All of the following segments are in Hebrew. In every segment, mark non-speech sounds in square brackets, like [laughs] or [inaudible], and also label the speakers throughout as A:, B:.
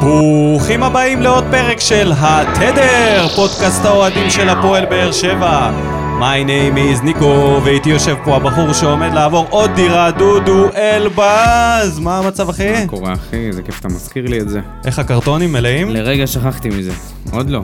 A: ברוכים הבאים לעוד פרק של התדר, פודקאסט האוהדים של הפועל באר שבע. My name is ניקו, ואיתי יושב פה הבחור שעומד לעבור עוד דירה, דודו אלבז. מה המצב אחי?
B: מה קורה אחי? איזה כיף שאתה מזכיר לי את זה.
A: איך הקרטונים מלאים?
B: לרגע שכחתי מזה. עוד לא.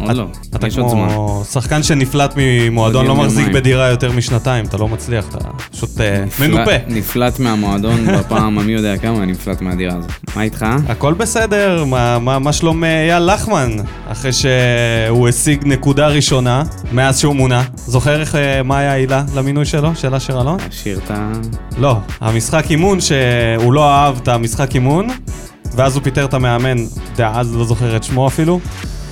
B: עוד לא.
A: אתה
B: יש עוד זמן.
A: כמו שחקן שנפלט ממועדון,
B: עוד
A: לא
B: יום,
A: מחזיק
B: יומיים.
A: בדירה יותר משנתיים, אתה לא מצליח, אתה פשוט אה, מנופה.
B: נפלט- נפלט מהמועדון [laughs] בפעם המי יודע כמה, אני נפלט מהדירה הזאת. מה איתך?
A: הכל בסדר, מה, מה, מה שלום אה, אייל לחמן? אחרי שהוא השיג נקודה ראשונה מאז שהוא מונה. זוכר איך, אה, מה היה העילה למינוי שלו? של אשר אלון?
B: השאיר את ה...
A: לא, המשחק אימון שהוא לא אהב את המשחק אימון, ואז הוא פיטר את המאמן, דאז לא זוכר את שמו אפילו,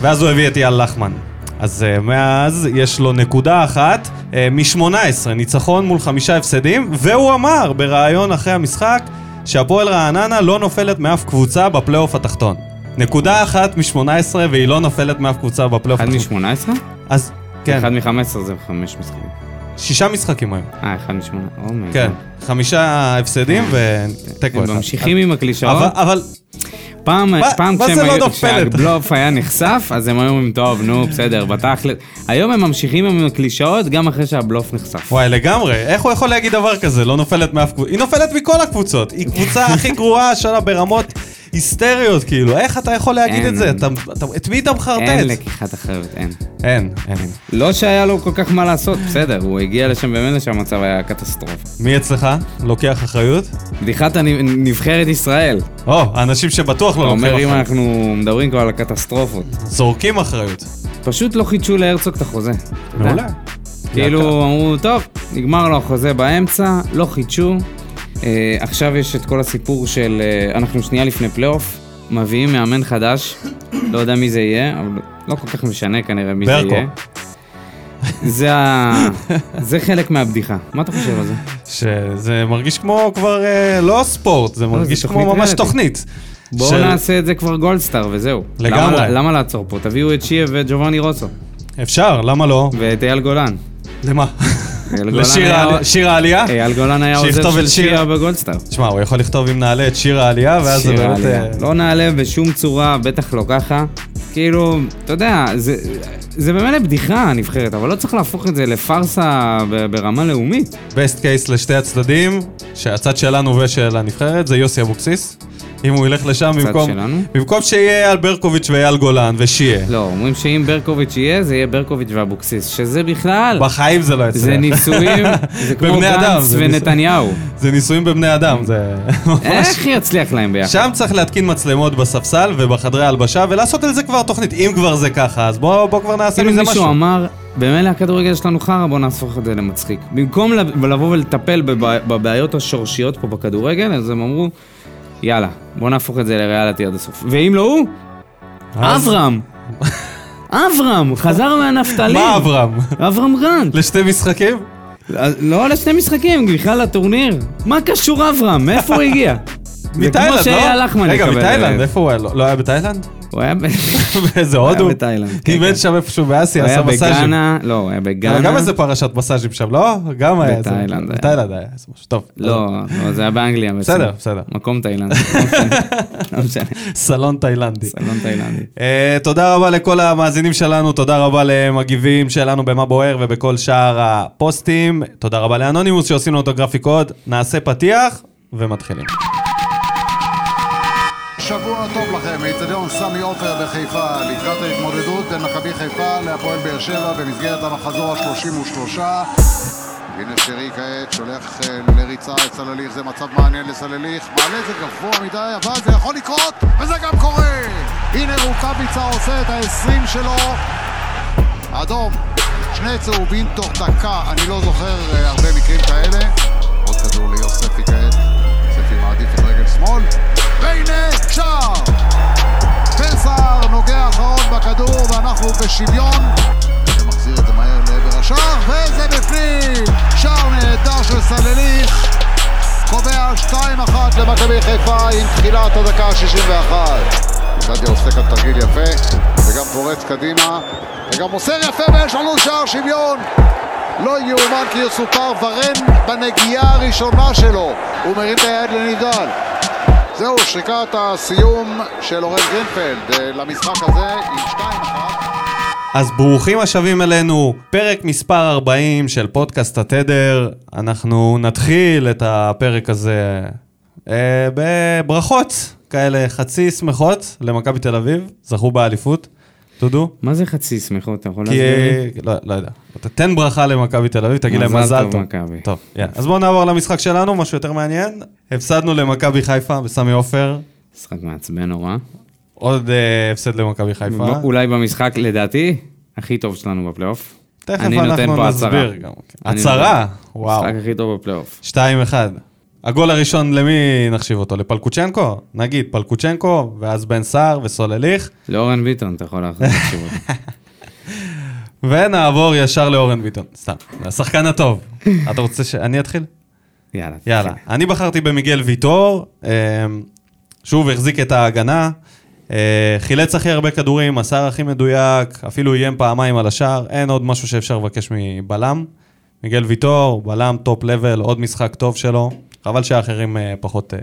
A: ואז הוא הביא את אייל לחמן. אז אה, מאז יש לו נקודה אחת אה, מ-18, ניצחון מול חמישה הפסדים, והוא אמר בריאיון אחרי המשחק שהפועל רעננה לא נופלת מאף קבוצה בפלייאוף התחתון. נקודה אחת מ-18 והיא לא נופלת מאף קבוצה בפלייאוף
B: אחד
A: התחתון.
B: מ-18?
A: אז כן,
B: אחד מ-15 זה חמש משחקים.
A: שישה משחקים היום.
B: אה, אחד מ-18. אומי.
A: כן, חמישה הפסדים ותיקו אחד.
B: ממשיכים עם
A: אבל,
B: הקלישאות.
A: אבל
B: פעם,
A: מה-
B: פעם
A: מה זה
B: כשהם
A: לא
B: היו-
A: נופלת?
B: כשהבלוף היה נחשף, אז הם היו אומרים, טוב, נו, בסדר, בתכל'ס. היום הם ממשיכים עם הקלישאות גם אחרי שהבלוף נחשף.
A: וואי, לגמרי. איך הוא יכול להגיד דבר כזה? לא נופלת מאף קבוצה. היא נופלת מכל הקבוצות. היא קבוצה הכי גרועה שלה ברמות היסטריות, כאילו. איך אתה יכול להגיד
B: אין.
A: את זה? אתה, אתה, את מי אתה מחרטט?
B: אין לקיחת אחרת, אין.
A: אין, אין.
B: לא שהיה לו כל כך מה לעשות, בסדר, הוא הגיע לשם במילא שהמצב היה קטסטרופה.
A: מי אצלך לוקח אחריות?
B: בדיחת הנבחרת ישראל.
A: או, אנשים שבטוח
B: אתה
A: לא לוקחים
B: אומר אם
A: אחריות.
B: אנחנו מדברים כבר על הקטסטרופות.
A: זורקים אחריות.
B: פשוט לא חידשו להרצוג את החוזה. אתה יודע.
A: מעולה.
B: כאילו
A: יקר.
B: אמרו, טוב, נגמר לו החוזה באמצע, לא חידשו. אה, עכשיו יש את כל הסיפור של אה, אנחנו שנייה לפני פלייאוף, מביאים מאמן חדש, לא יודע מי זה יהיה, אבל לא כל כך משנה כנראה מי זה
A: ברקו.
B: יהיה. זה ה- זה חלק מהבדיחה, מה אתה חושב על זה?
A: שזה מרגיש כמו כבר אה, לא ספורט, זה מרגיש
B: תוכנית
A: כמו ממש
B: ריאליטי.
A: תוכנית.
B: בואו
A: של-
B: נעשה את זה כבר גולדסטאר וזהו.
A: לגמרי.
B: למה, למה לעצור פה? תביאו את שיה ואת ג'ובאני רוסו
A: אפשר, למה לא?
B: ואת אייל גולן.
A: למה? [laughs]
B: אייל גולן
A: לשיר
B: היה-
A: העלי- שיר העלייה?
B: אייל גולן היה
A: שיכתוב
B: עוזר
A: אל
B: של
A: שיר.
B: שיה בגולדסטאר.
A: תשמע, הוא יכול לכתוב אם נעלה את שיר העלייה, ואז זה
B: שיר
A: באמת...
B: העלייה.
A: אה,
B: לא נעלה בשום צורה, בטח לא ככה. כאילו, אתה יודע, זה, זה באמת בדיחה הנבחרת, אבל לא צריך להפוך את זה לפארסה ב- ברמה לאומית.
A: best case לשתי הצדדים, שהצד שלנו ושל הנבחרת, זה יוסי אבוקסיס. אם הוא ילך לשם במקום...
B: שלנו?
A: במקום שיהיה אייל ברקוביץ' ואייל גולן ושיהיה.
B: לא, אומרים שאם ברקוביץ' יהיה, זה יהיה ברקוביץ' ואבוקסיס, שזה בכלל,
A: בחיים זה לא יצליח.
B: זה
A: [laughs]
B: ניסויים, זה כמו
A: בבני אדם,
B: גנץ
A: זה ניסוי-
B: ונתניהו.
A: זה ניסויים בבני אדם, זה...
B: איך יצליח להם ביחד?
A: שם צריך להתקין מצלמות בספסל ובחדרי הלבשה ולעשות על זה כבר תוכנית. אם כבר זה ככה, אז בוא בוא כבר נעשה
B: כאילו
A: מזה
B: מישהו
A: משהו.
B: אמר, במילא הכדורגל שלנו חרא, בוא נהפוך את זה למצחיק. במקום לב- לבוא ולטפל בבע- בבעיות השורשיות פה בכדורגל, אז הם אמרו, יאללה, בוא נהפוך את זה לריאליטי עד הסוף. ואם לא הוא,
A: אז-
B: אברהם. אברהם, חזר מהנפתלי.
A: מה אברהם? [laughs]
B: אברהם גרנט.
A: לשתי משחקים?
B: אז לא לשני משחקים, בכלל לטורניר. מה קשור אברהם? מאיפה הוא
A: [laughs]
B: הגיע?
A: מתאילנד, לא?
B: זה כמו שהיה לחמן
A: רגע,
B: יקבל.
A: מתאילנד, איפה הוא היה? לא לא היה בתאילנד? [laughs]
B: הוא היה ב-
A: באיזה
B: הוא [laughs] היה
A: הודו?
B: בתאילנד, כן,
A: איבד
B: כן.
A: שם איפשהו
B: הוא
A: באסיה,
B: היה
A: עשה מסאז'ים.
B: בגאנה, לא, הוא היה
A: היה
B: בגאנה.
A: גם איזה פרשת מסאז'ים שם, לא? גם היה איזה...
B: בתאילנד היה.
A: בתאילנד היה איזה משהו. טוב.
B: לא, לא, זה היה באנגליה. בעצם.
A: בסדר, בסדר.
B: מקום
A: [laughs]
B: תאילנד. לא משנה, לא משנה.
A: סלון תאילנדי.
B: סלון תאילנדי.
A: אה, תודה רבה לכל המאזינים שלנו, תודה רבה למגיבים שלנו במה בוער ובכל שאר הפוסטים. תודה רבה לאנונימוס שעושים לנו את הגרפיקות. נעשה פתיח ומתחילים.
C: שבוע טוב לכם, מאיצטדיון סמי עופר בחיפה לקראת ההתמודדות בין מכבי חיפה להפועל באר שבע במסגרת המחזור ה-33 הנה שרי כעת שולח אה, לריצה את סלליך, זה מצב מעניין לסלליך מעלה זה גבוה מדי, אבל זה יכול לקרות, וזה גם קורה הנה רוקאביצה עושה את ה-20 שלו אדום, שני צהובים תוך דקה, אני לא זוכר אה, הרבה מקרים כאלה. עוד כדור ליוספי כעת, יוספי מעדיף את רגל שמאל, והנה שער! פסר נוגע אחרון בכדור ואנחנו בשוויון. ומחזיר את זה מהר לעבר השער, וזה בפנים! שער נהדר של סלליך, קובע 2-1 למכבי חיפה עם תחילת הדקה ה-61. גדי עושה כאן תרגיל יפה, וגם פורץ קדימה, וגם מוסר יפה ויש לנו שער שוויון! לא יאומן כי יסופר ורן בנגיעה הראשונה שלו, הוא מרים את היד לנידל. זהו, שריקת הסיום של אורן גרינפלד אה, למשחק הזה עם 2-1.
A: אז ברוכים השבים אלינו, פרק מספר 40 של פודקאסט התדר. אנחנו נתחיל את הפרק הזה אה, בברכות כאלה חצי שמחות למכבי תל אביב, זכו באליפות. דודו?
B: מה זה חצי שמחות? אתה יכול
A: כי...
B: להסביר לי?
A: לא, לא יודע. תן ברכה למכבי תל אביב, תגיד להם
B: מזל
A: מזל
B: טוב,
A: טוב.
B: מכבי.
A: טוב, יאללה. אז בואו נעבור למשחק שלנו, משהו יותר מעניין. הפסדנו למכבי חיפה בסמי עופר,
B: משחק מעצבן נורא.
A: עוד אה, הפסד למכבי חיפה.
B: אולי במשחק, לדעתי, הכי טוב שלנו בפלייאוף.
A: תכף
B: אני נותן
A: אנחנו
B: פה הצהרה.
A: נסביר גם. כן.
B: אני
A: הצהרה?
B: נותן.
A: וואו.
B: המשחק הכי טוב בפלייאוף.
A: 2-1. הגול הראשון, למי נחשיב אותו? לפלקוצ'נקו? נגיד פלקוצ'נקו, ואז בן סער וסולליך,
B: לאורן ביטון אתה יכול להחזיר תשובות.
A: [laughs] ונעבור ישר לאורן ביטון. סתם, זה השחקן הטוב. אתה רוצה שאני אתחיל?
B: יאללה. תתחיל.
A: יאללה. אני בחרתי במיגל ויטור, אמ, שוב החזיק את ההגנה, אה, חילץ הכי הרבה כדורים, מסר הכי מדויק, אפילו איים פעמיים על השער, אין עוד משהו שאפשר לבקש מבלם. מיגל ויטור, בלם טופ לבל, עוד משחק טוב שלו. חבל שהאחרים אה, פחות אה,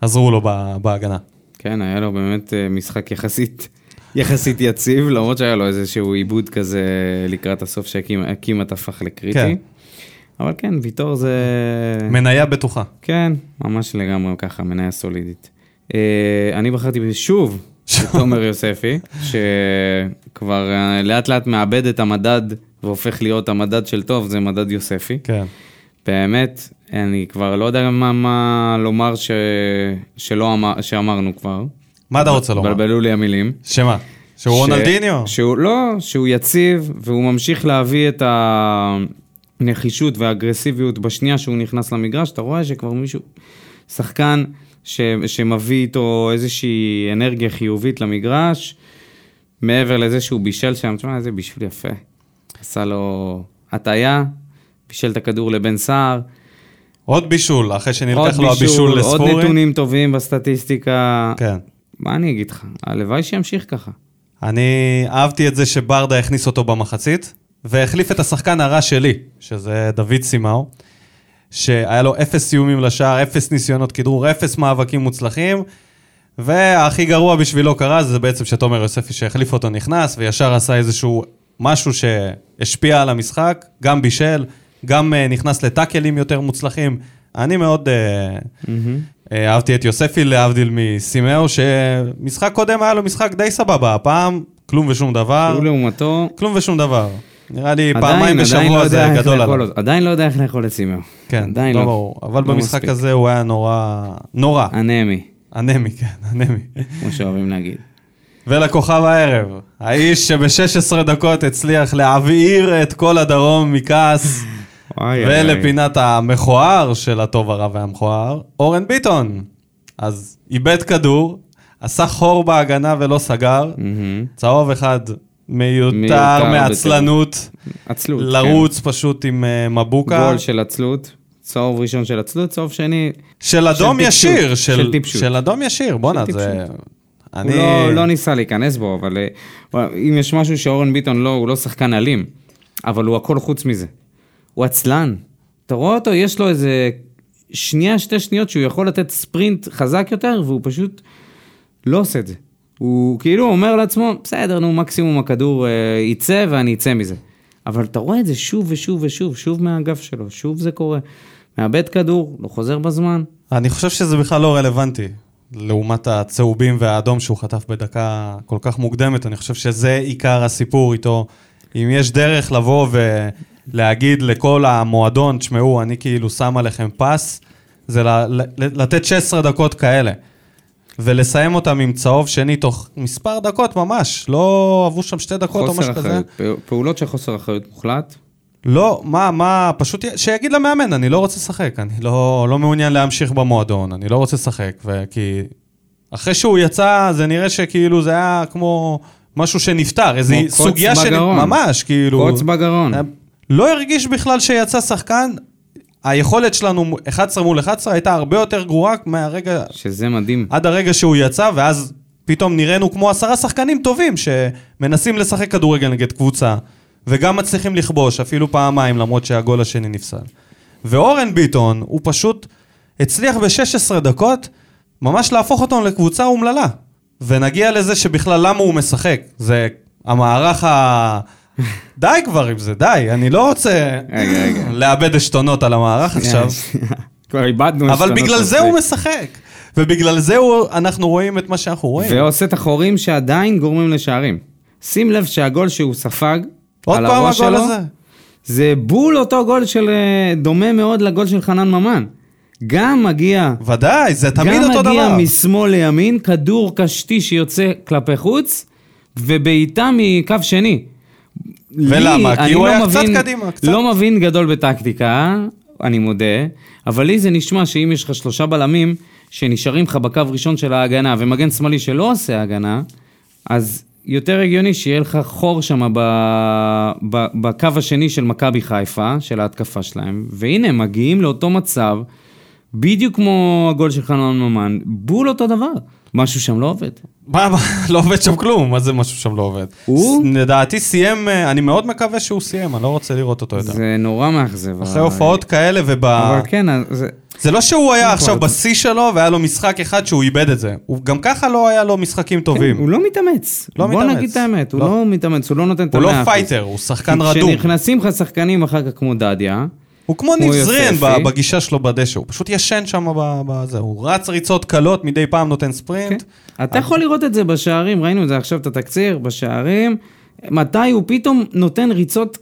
A: עזרו לו ב- בהגנה.
B: כן, היה לו באמת אה, משחק יחסית, [laughs] יחסית יציב, למרות שהיה לו איזשהו עיבוד כזה לקראת הסוף שהקימת הפך לקריטי.
A: כן.
B: כן. אבל כן, ויטור זה...
A: מניה בטוחה.
B: כן, ממש לגמרי ככה, מניה סולידית. אה, אני בחרתי שוב בתומר יוספי, שכבר אה, לאט לאט מאבד את המדד והופך להיות המדד של טוב, זה מדד יוספי.
A: כן.
B: באמת, אני כבר לא יודע מה, מה לומר ש... שלא אמר, שאמרנו כבר.
A: מה אתה רוצה לומר?
B: בלבלו לי המילים.
A: שמה? שהוא
B: ש-
A: רונלדיניו?
B: שהוא לא, שהוא יציב, והוא ממשיך להביא את הנחישות והאגרסיביות בשנייה שהוא נכנס למגרש, אתה רואה שכבר מישהו, שחקן ש, שמביא איתו איזושהי אנרגיה חיובית למגרש, מעבר לזה שהוא בישל שם, תשמע, איזה בישול יפה. עשה לו הטעיה, בישל את הכדור לבן סער.
A: עוד בישול, אחרי
B: עוד
A: שנלקח לו הבישול
B: בישול,
A: לספורי.
B: עוד נתונים טובים בסטטיסטיקה.
A: כן.
B: מה אני אגיד לך? הלוואי שימשיך ככה.
A: אני אהבתי את זה שברדה הכניס אותו במחצית, והחליף את השחקן הרע שלי, שזה דוד סימאו, שהיה לו אפס איומים לשער, אפס ניסיונות כדרור, אפס מאבקים מוצלחים, והכי גרוע בשבילו קרה, זה בעצם שתומר יוספי שהחליף אותו נכנס, וישר עשה איזשהו משהו שהשפיע על המשחק, גם בישל, גם אה, נכנס לטאקלים יותר מוצלחים. אני מאוד אה, אה, אהבתי את יוספי, להבדיל מסימאו, שמשחק קודם היה לו משחק די סבבה, הפעם כלום ושום דבר.
B: הוא לעומתו,
A: כלום ושום דבר. נראה לי
B: עדיין,
A: אה, פעמיים
B: עדיין לא
A: בשבוע
B: יודע
A: זה
B: איך
A: גדול
B: לאכול
A: עליו.
B: אותו. עדיין לא יודע איך לאכול את סימאו.
A: כן,
B: עדיין
A: לא
B: לא.
A: ברור. אבל
B: לא
A: במשחק
B: מספיק.
A: הזה הוא היה נורא, נורא,
B: אנמי,
A: אנמי, כן, אנמי.
B: כמו שאוהבים להגיד.
A: ולכוכב הערב, האיש שב-16 דקות הצליח להבעיר את כל הדרום מכעס, ולפינת המכוער של הטוב הרע והמכוער, אורן ביטון. אז איבד כדור, עשה חור בהגנה ולא סגר,
B: מהמם.
A: צהוב אחד מיותר
B: Mm-hmm. מיותר
A: מעצלנות,
B: עצלות. כן.
A: לרוץ פשוט עם אה, מבוקה.
B: גול של עצלות. צהוב ראשון של עצלות, צהוב שני.
A: של אדום
B: טיפשות,
A: ישיר,
B: של טיפשות.
A: של אדום ישיר, בואנה,
B: של
A: זה... אני...
B: הוא לא, לא ניסה להיכנס בו, אבל אה, וואי, אם יש משהו שאורן ביטון לא, הוא לא שחקן אלים, אבל הוא הכל חוץ מזה. הוא עצלן. אתה רואה אותו, יש לו איזה שנייה, שתי שניות שהוא יכול לתת ספרינט חזק יותר, והוא פשוט לא עושה את זה. הוא כאילו אומר לעצמו, בסדר, נו, מקסימום הכדור אה, יצא ואני אצא מזה. אבל אתה רואה את זה שוב ושוב ושוב, שוב מהאגף שלו, שוב זה קורה. מאבד כדור, לא חוזר בזמן.
A: אני חושב שזה בכלל לא רלוונטי, לעומת הצהובים והאדום שהוא חטף בדקה כל כך מוקדמת, אני חושב שזה עיקר הסיפור איתו. אם יש דרך לבוא ולהגיד לכל המועדון, תשמעו, אני כאילו שם עליכם פס, זה ל- ל- לתת 16 דקות כאלה. ולסיים אותם עם צהוב שני תוך מספר דקות ממש, לא עברו שם שתי דקות או
B: חוסר
A: משהו כזה.
B: אחריות, פעו- פעולות של חוסר אחריות מוחלט.
A: לא, מה, מה, פשוט י- שיגיד למאמן, אני לא רוצה לשחק, אני לא, לא מעוניין להמשיך במועדון, אני לא רוצה לשחק, ו- כי אחרי שהוא יצא, זה נראה שכאילו זה היה כמו משהו שנפתר, איזו
B: כמו קוץ
A: סוגיה של...
B: בגרון.
A: ממש, כאילו...
B: קוץ בגרון.
A: לא הרגיש בכלל שיצא שחקן, היכולת שלנו מ- 11 מול 11 הייתה הרבה יותר גרועה מהרגע
B: שזה מדהים.
A: עד הרגע שהוא יצא, ואז פתאום נראינו כמו עשרה שחקנים טובים שמנסים לשחק כדורגל נגד קבוצה, וגם מצליחים לכבוש אפילו פעמיים, למרות שהגול השני נפסל. ואורן ביטון, הוא פשוט הצליח ב-16 דקות ממש להפוך אותנו לקבוצה אומללה. ונגיע לזה שבכלל למה הוא משחק. זה המערך
B: [laughs]
A: ה... די כבר עם זה, די. אני לא רוצה
B: רגע, רגע.
A: לאבד עשתונות על המערך עכשיו.
B: [laughs] כבר איבדנו...
A: אבל
B: עשתונות
A: בגלל זה
B: מספיק.
A: הוא משחק. ובגלל זה הוא- אנחנו רואים את מה שאנחנו רואים.
B: ועושה את החורים שעדיין גורמים לשערים. שים לב שהגול שהוא ספג,
A: עוד
B: על
A: פעם
B: הראש
A: הגול
B: שלו,
A: הזה.
B: זה בול אותו גול של... אה, דומה מאוד לגול של חנן ממן. גם מגיע...
A: ודאי, זה תמיד אותו
B: גם מגיע
A: דבר.
B: משמאל לימין, כדור קשתי שיוצא כלפי חוץ, ובעיטה מקו שני.
A: ולמה?
B: לי,
A: כי
B: אני
A: הוא
B: לא
A: היה קצת
B: מבין-
A: קדימה, קצת.
B: לא מבין גדול בטקטיקה, אני מודה, אבל לי זה נשמע שאם יש לך שלושה בלמים שנשארים לך בקו ראשון של ההגנה, ומגן שמאלי שלא עושה הגנה, אז יותר הגיוני שיהיה לך חור שם ב... ב... בקו השני של מכבי חיפה, של ההתקפה שלהם, והנה, הם מגיעים לאותו מצב, בדיוק כמו הגול של חנן ממן, בול אותו דבר. משהו שם לא עובד.
A: מה, [laughs] מה, לא עובד שם כלום, מה זה משהו שם לא עובד?
B: הוא?
A: ס- לדעתי סיים, אה, אני מאוד מקווה שהוא סיים, אני לא רוצה לראות אותו יותר.
B: זה נורא מאכזב.
A: אחרי הופעות כאלה וב...
B: אבל כן, אז זה...
A: זה לא שהוא היה עכשיו
B: כבר-
A: בשיא שלו והיה לו משחק אחד שהוא איבד את זה. הוא גם ככה לא היה לו משחקים
B: כן,
A: טובים.
B: הוא לא מתאמץ.
A: לא
B: בוא
A: מתאמץ.
B: נגיד את האמת, הוא
A: לא.
B: לא מתאמץ, הוא לא נותן את
A: הוא
B: המאה
A: לא
B: אחוז.
A: פייטר, הוא שחקן רדום.
B: כשנכנסים לך שחקנים אחר כך כמו דדיה,
A: הוא כמו
B: הוא
A: נבזרין
B: יוספי.
A: ב- בגישה שלו בדשא, הוא פשוט ישן שם ב- בזה. הוא רץ ריצות קלות, מדי פעם נותן ספרינט.
B: כן. אתה יכול לראות את זה בשערים, ראינו את זה עכשיו, את התקציר, בשערים, מתי הוא פתאום נותן ריצות,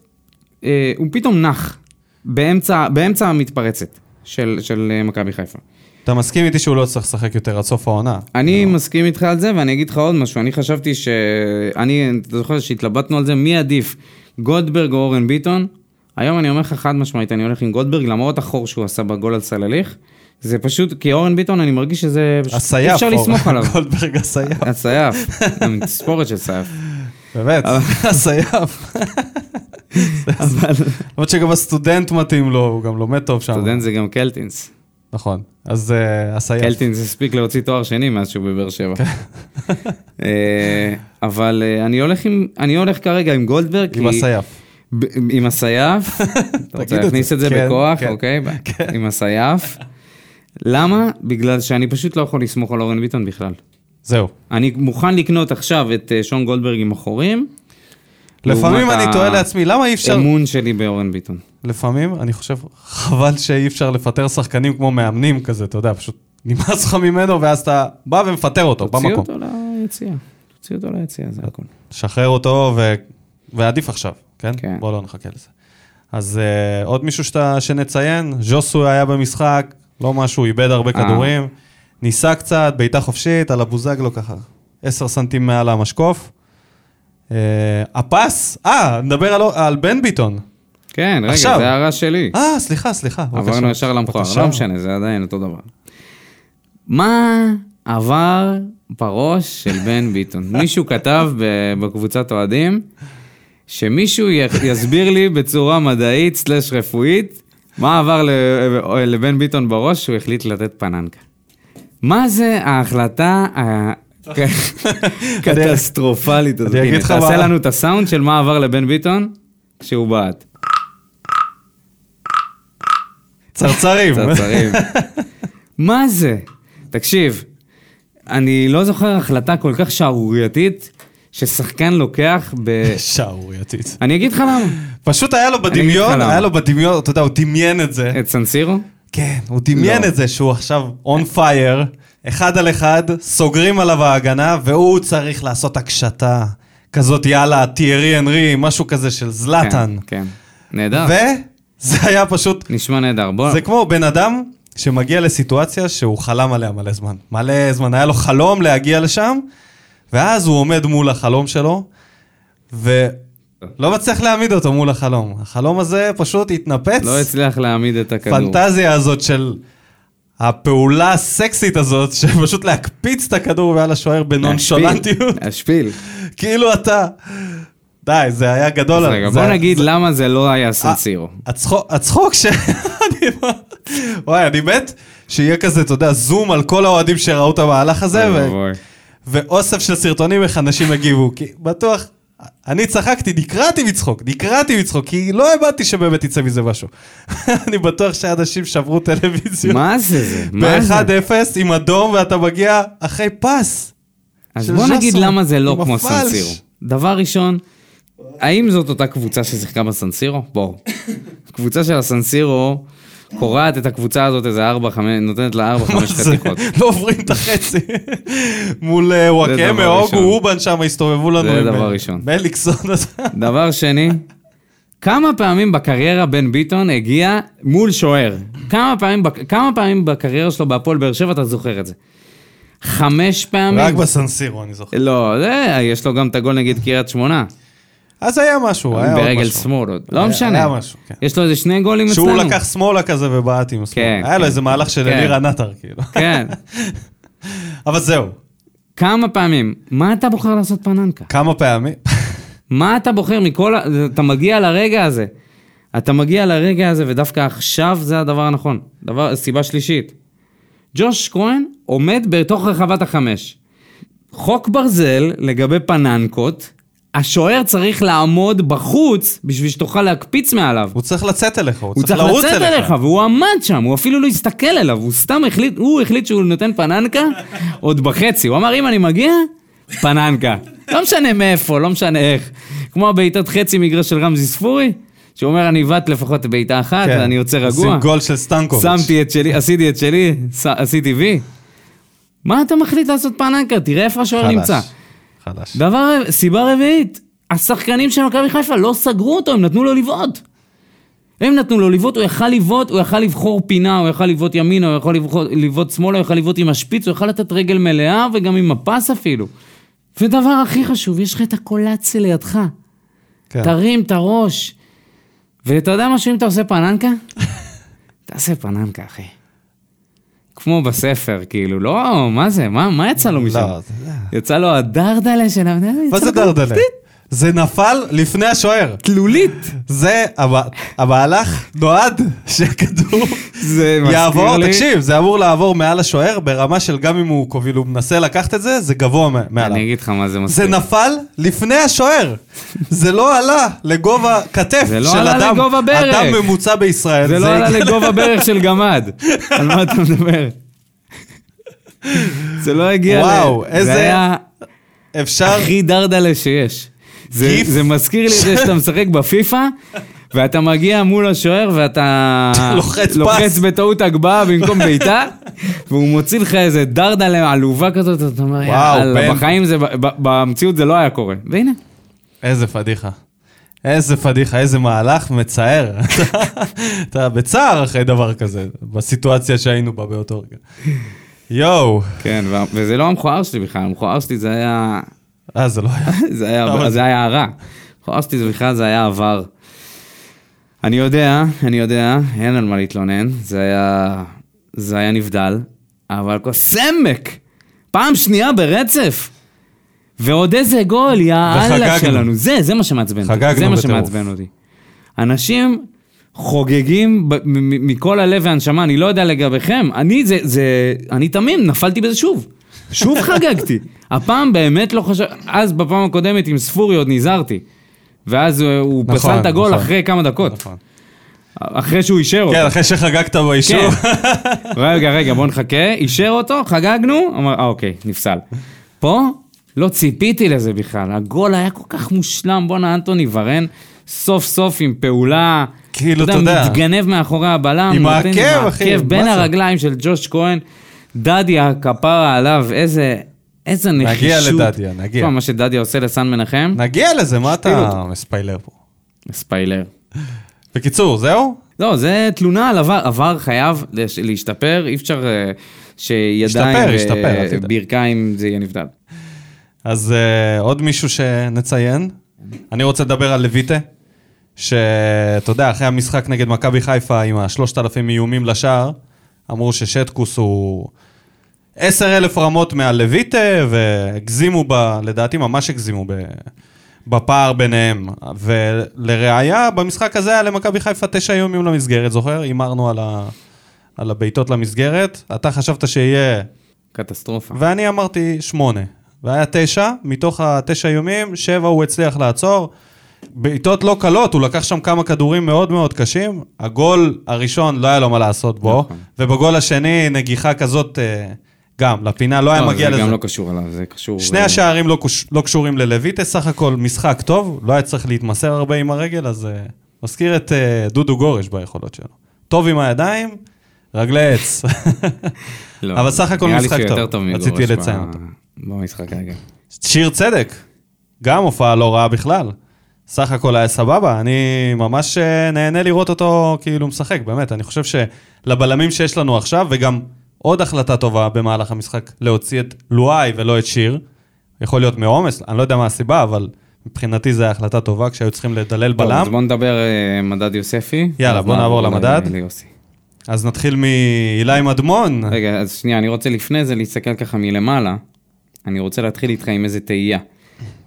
B: אה, הוא פתאום נח באמצע, באמצע המתפרצת של, של אה, מכבי חיפה.
A: אתה מסכים איתי שהוא לא צריך לשחק יותר עד סוף העונה.
B: אני
A: לא.
B: מסכים איתך על זה, ואני אגיד לך עוד משהו. אני חשבתי ש... אני, אתה זוכר שהתלבטנו על זה, מי עדיף, גולדברג או אורן ביטון? היום אני אומר לך חד משמעית, אני הולך עם גולדברג, למרות החור שהוא עשה בגול על סלליך. זה פשוט, כי אורן ביטון, אני מרגיש שזה... פשוט אי
A: הסייף,
B: אפשר
A: אורן.
B: לסמוך
A: [laughs]
B: עליו. אה,
A: גולדברג הסייף,
B: הסייף, תספורת של
A: [laughs]
B: סייף.
A: באמת,
B: אה,
A: הסייף.
B: אבל
A: למרות שגם הסטודנט מתאים לו, הוא גם לומד טוב שם.
B: סטודנט זה גם קלטינס.
A: נכון, אז אה, הסייף.
B: קלטינס הספיק להוציא תואר שני מאז שהוא בבאר
A: [laughs]
B: שבע. אה, אבל אה, אני הולך עם, אני הולך כרגע עם גולדברג.
A: עם
B: כי-
A: הסייף.
B: ב- עם הסייף, אתה
A: [laughs] תגיד את זה.
B: רוצה להכניס את זה
A: כן, [laughs]
B: בכוח,
A: כן.
B: אוקיי? ב- עם הסייף. למה? בגלל שאני פשוט לא יכול לסמוך על אורן ביטון בכלל.
A: זהו.
B: אני מוכן לקנות עכשיו את אה, שון גולדברג עם החורים.
A: לפעמים
B: לעומת
A: אני
B: ה-
A: תוהה לעצמי, למה אי אפשר...
B: אמון שלי באורן ביטון.
A: לפעמים, אני חושב, חבל שאי אפשר לפטר שחקנים כמו מאמנים כזה, אתה יודע, פשוט נמאס לך ממנו, ואז אתה בא ומפטר אותו
B: תוציא
A: במקום.
B: אותו ליציאה. תוציא אותו ליציאה, זה הכול.
A: שחרר אותו, ו... ועדיף עכשיו, כן?
B: כן.
A: בוא לא נחכה לזה. אז uh, עוד מישהו שאתה, שנציין, ז'וסו היה במשחק, לא משהו, איבד הרבה
B: אה.
A: כדורים, ניסה קצת, בעיטה חופשית, על הבוזגלו ככה, 10 סנטים מעל המשקוף. Uh, הפס, אה, נדבר על, על בן ביטון.
B: כן, רגע,
A: עכשיו.
B: זה הערה שלי.
A: אה, סליחה, סליחה. בבקשה.
B: עברנו ישר למכוער,
A: בבקשה.
B: לא משנה, זה עדיין אותו דבר. מה עבר בראש של בן [laughs] ביטון? מישהו כתב ב- בקבוצת אוהדים, שמישהו י- יסביר לי בצורה מדעית סלש רפואית, מה עבר ל- לבן ביטון בראש שהוא החליט לתת פננקה. מה זה ההחלטה
A: [laughs]
B: הקטסטרופלית הזאת?
A: אני אגיד
B: הנה,
A: לך
B: תעשה
A: מה-
B: לנו את הסאונד של מה עבר לבן ביטון כשהוא בעט.
A: צרצרים.
B: צרצרים. [laughs] מה זה? תקשיב, אני לא זוכר החלטה כל כך שערורייתית ששחקן לוקח
A: [laughs]
B: ב...
A: [laughs] שערורייתית.
B: אני אגיד לך למה.
A: פשוט היה לו
B: אגיד לך
A: בדמיון,
B: למה.
A: היה לו בדמיון, אתה יודע, הוא דמיין את זה.
B: את סנסירו?
A: כן, הוא דמיין
B: לא.
A: את זה שהוא עכשיו און פייר, אחד על אחד, סוגרים עליו ההגנה, והוא צריך לעשות הקשתה. כזאת יאללה, טיירי אנרי, משהו כזה של זלאטן.
B: כן, כן. נהדר.
A: וזה היה פשוט,
B: נשמע נהדר. בוא...
A: זה כמו בן אדם שמגיע לסיטואציה שהוא חלם עליה מלא זמן. מלא זמן, היה לו חלום להגיע לשם, ואז הוא עומד מול החלום שלו, ולא מצליח להעמיד אותו מול החלום. החלום הזה פשוט התנפץ.
B: לא הצליח להעמיד את הכדור.
A: הפנטזיה הזאת של הפעולה הסקסית הזאת, [laughs] שפשוט להקפיץ את הכדור מעל השוער בנונשולנטיות,
B: השפיל.
A: [laughs] כאילו אתה... די, זה היה גדול.
B: אז רגע,
A: לא, זה-
B: בוא נגיד
A: זה- אה,
B: למה זה לא היה סנסירו.
A: הצחוק- הצחוק ש... [laughs] אני- וואי, אני מת שיהיה כזה, אתה יודע, זום על כל האוהדים שראו את המהלך הזה,
B: אוי
A: ו-
B: ואבוי.
A: ואוסף של סרטונים איך אנשים הגיבו, כי בטוח... אני צחקתי, נקרעתי מצחוק, נקרעתי מצחוק, כי לא האמנתי שבאמת יצא מזה משהו. [laughs] אני בטוח שאנשים שברו טלוויזיה.
B: מה זה זה? מה זה?
A: ב-1-0 עם אדום ואתה מגיע אחרי פס.
B: אז
A: של
B: בוא נגיד
A: ז'סון,
B: למה זה לא
A: עם
B: כמו
A: הפלש.
B: סנסירו. דבר ראשון, האם זאת אותה קבוצה ששיחקה בסנסירו? בואו. [laughs] הקבוצה של הסנסירו קורעת את הקבוצה הזאת איזה 4-5, נותנת לה 4-5
A: מה זה?
B: חתיכות.
A: [laughs] לא עוברים את החצי. מול אה, וואקמה,
B: דבר
A: אוגו,
B: ראשון.
A: אובן שם הסתובבו לנו
B: זה
A: עם,
B: דבר
A: אה,
B: ראשון.
A: מליקסון. אז-
B: דבר שני, כמה פעמים בקריירה בן ביטון הגיע מול שוער? כמה פעמים, בק- כמה פעמים בקריירה שלו בהפועל באר שבע אתה זוכר את זה? חמש פעמים?
A: רק בסנסירו, אני זוכר.
B: לא, זה, יש לו גם את הגול נגד קריית שמונה.
A: אז היה משהו, היה עוד
B: ברגל
A: משהו.
B: שמאל עוד. לא
A: היה-
B: משנה.
A: היה משהו, כן.
B: יש לו איזה שני גולים אצלנו.
A: שהוא לקח שמאלה כזה ובעט עם השמאל.
B: כן,
A: היה לו
B: כן.
A: איזה מהלך של
B: כן.
A: אלירה נטר, כאילו.
B: כן.
A: [laughs] אבל זהו,
B: כמה פעמים? מה אתה בוחר לעשות פננקה?
A: כמה פעמים. [laughs]
B: מה אתה בוחר מכל ה... אתה מגיע לרגע הזה. אתה מגיע לרגע הזה, ודווקא עכשיו זה הדבר הנכון. דבר, סיבה שלישית. ג'וש כהן עומד בתוך רחבת החמש. חוק ברזל לגבי פננקות, השוער צריך לעמוד בחוץ בשביל שתוכל להקפיץ מעליו.
A: הוא צריך לצאת אליך, הוא
B: הוא
A: צריך
B: צריך
A: לרוץ
B: לצאת
A: אליך.
B: אליך, והוא עמד שם, הוא אפילו לא הסתכל אליו, הוא סתם החליט, הוא החליט שהוא נותן פננקה עוד בחצי. הוא אמר, אם אני מגיע, פננקה. לא משנה מאיפה, לא משנה איך. כמו הבעיטת חצי מגרש של רמזי ספורי, שהוא אומר, אני אבעט לפחות בעיטה אחת,
A: כן.
B: ואני יוצא רגוע.
A: עושים גול של סטנקוביץ'.
B: שמתי את שלי, עשיתי את שלי, ש- עשיתי וי. מה אתה מחליט לעשות פננקה? תראה איפה השוער
A: חלש,
B: לא נמצא.
A: חלש.
B: דבר, סיבה רביעית, השחקנים של מכבי חיפה לא סגרו אותו, הם נתנו לו לבעוט. הם נתנו לו לבעוט, הוא יכל לבעוט, הוא יכל לבחור פינה, הוא יכל לבעוט ימינה, הוא יכל לבחור- לבעוט שמאלה, הוא יכל לבעוט עם השפיץ, הוא יכל לתת רגל מלאה וגם עם הפס אפילו. ודבר הכי חשוב, יש לך את הקולאצי לידך.
A: כן.
B: תרים את הראש. ואתה יודע משהו, אם אתה עושה פננקה?
A: [laughs]
B: תעשה פננקה, אחי. כמו בספר, כאילו, לא, מה זה, מה, מה יצא לו משם?
A: לא, זה-
B: יצא לו הדרדלה של ה...
A: מה זה דרדלה? זה נפל לפני השוער.
B: תלולית.
A: זה הב- המהלך נועד שהכדור
B: זה מזכיר
A: יעבור,
B: לי-
A: תקשיב, זה אמור לעבור מעל השוער ברמה של גם אם הוא כאילו מנסה לקחת את זה, זה גבוה מ- מעליו.
B: אני אגיד לך מה זה
A: זה
B: מזכיר.
A: נפל לפני השוער. זה לא עלה לגובה כתף
B: זה לא
A: של
B: עלה
A: אדם.
B: לגובה ברך.
A: אדם ממוצע בישראל.
B: זה לא עלה
A: הגיע-
B: לגובה ברך של גמד. על מה אתה מדבר? זה לא הגיע ל...
A: וואו, איזה-
B: זה היה
A: אפשר...
B: הכי דרדלה שיש. זה,
A: גיף.
B: זה מזכיר לי את זה שאתה משחק בפיפא, ואתה מגיע מול השוער
A: [laughs]
B: ואתה
A: לוחץ פס.
B: לוחץ בטעות הגבהה במקום בעיטה, והוא מוציא לך איזה דרדלה עלובה כזאת, אתה אומר,
A: וואו, בן."
B: יאללה, בחיים זה, ב- ב- במציאות זה לא היה קורה. והנה,
A: איזה פדיחה. איזה פדיחה, איזה מהלך מצער. [laughs] אתה- אתה בצער אחרי דבר כזה, בסיטואציה שהיינו בה באותו רגע. יואו.
B: כן, וה- וזה לא המכוער שלי בכלל, המכוער שלי זה היה...
A: אה, זה לא היה.
B: [laughs] זה היה,
A: אבל-
B: זה היה הרע. המכוער שלי זה בכלל, זה היה עבר. אני יודע, אני יודע, אין על מה להתלונן, זה היה... זה היה נבדל, אבל קוסמק! פעם שנייה ברצף! ועוד איזה גול, יא אללה
A: וחגגנו.
B: שלנו. זה, זה מה שמעצבן אותי.
A: חגגנו
B: זה מה
A: בטירוף.
B: שמעצבן אותי. אנשים חוגגים ב- מ- מ- מכל הלב והנשמה, אני לא יודע לגביכם, אני זה, זה, אני תמים, נפלתי בזה שוב. שוב
A: [laughs]
B: חגגתי. הפעם באמת לא חשב... אז בפעם הקודמת עם ספורי עוד נזהרתי. ואז הוא, הוא
A: נכון,
B: פסל את הגול
A: נכון.
B: אחרי כמה דקות.
A: נכון.
B: אחרי שהוא אישר אותו.
A: כן, אחרי שחגגת
B: כן.
A: ביישוב.
B: [laughs] רגע, רגע, בוא נחכה. אישר אותו, חגגנו, אמר, אה, אוקיי, נפסל. פה, לא ציפיתי לזה בכלל. הגול היה כל כך מושלם, בואנה, אנטוני ורן, סוף סוף עם פעולה...
A: כאילו, אתה יודע.
B: מתגנב מאחורי הבלם,
A: עם
B: נותן איזה
A: העקב, אחי,
B: עקב
A: מה
B: בין
A: זה?
B: הרגליים של ג'וש כהן. דדיה, הכפרה עליו, איזה... איזה נחישות.
A: נגיע לדדיה, נגיע.
B: תשמע, מה שדדיה עושה לסן מנחם,
A: נגיע לזה, מה אתה
B: שטויות.
A: מספיילר פה?
B: ספיילר.
A: בקיצור, זהו?
B: לא, זה תלונה על עבר, עבר חייב לש- להשתפר, אי אפשר אה, שידיים
A: השתפר, השתפר, אל תדאג.
B: וברכיים זה יהיה נבדל.
A: אז uh, עוד מישהו שנציין? אני רוצה לדבר על לויטה, שאתה יודע, אחרי המשחק נגד מכבי חיפה עם השלושת אלפים איומים לשער, אמרו ששטקוס הוא עשר אלף רמות מעל לויטה, והגזימו, ב, לדעתי ממש הגזימו ב, בפער ביניהם. ולראיה, במשחק הזה היה למכבי חיפה תשע איומים למסגרת, זוכר? הימרנו על, ה, על הבעיטות למסגרת. אתה חשבת שיהיה
B: קטסטרופה.
A: ואני אמרתי שמונה. והיה תשע, מתוך התשע איומים, שבע הוא הצליח לעצור. בעיטות לא קלות, הוא לקח שם כמה כדורים מאוד מאוד קשים. הגול הראשון, לא היה לו מה לעשות בו,
B: נכון.
A: ובגול השני, נגיחה כזאת אה, גם, לפינה, לא היה
B: לא,
A: מגיע
B: זה
A: לזה.
B: גם לא קשור אליו, זה קשור...
A: שני
B: אה,
A: השערים לא, קוש... לא קשורים ללויטה, סך הכל משחק טוב, לא היה צריך להתמסר הרבה עם הרגל, אז uh, מזכיר את uh, דודו גורש ביכולות שלו. טוב עם הידיים, רגלי עץ.
B: לא,
A: [laughs] אבל סך הכל משחק
B: נראה לי שהוא
A: טוב.
B: יותר טוב מגורש
A: רציתי
B: ב-
A: לציין אותו.
B: במשחק הרגע.
A: שיר צדק, גם הופעה לא רעה בכלל. סך הכל היה סבבה, אני ממש אה, נהנה לראות אותו כאילו משחק, באמת. אני חושב שלבלמים שיש לנו עכשיו, וגם עוד החלטה טובה במהלך המשחק, להוציא את לואי ולא את שיר. יכול להיות מעומס, אני לא יודע מה הסיבה, אבל מבחינתי זו הייתה החלטה טובה, כשהיו צריכים לדלל
B: טוב, אז
A: בלם.
B: בוא נדבר אה, מדד יוספי.
A: יאללה,
B: אז
A: בוא נעבור
B: ל-
A: למדד.
B: ליוסי.
A: אז נתחיל מאילי מדמון.
B: רגע, אז שנייה, אני רוצה לפני זה להסתכל ככה מלמעלה. אני רוצה להתחיל איתך עם איזה תהייה.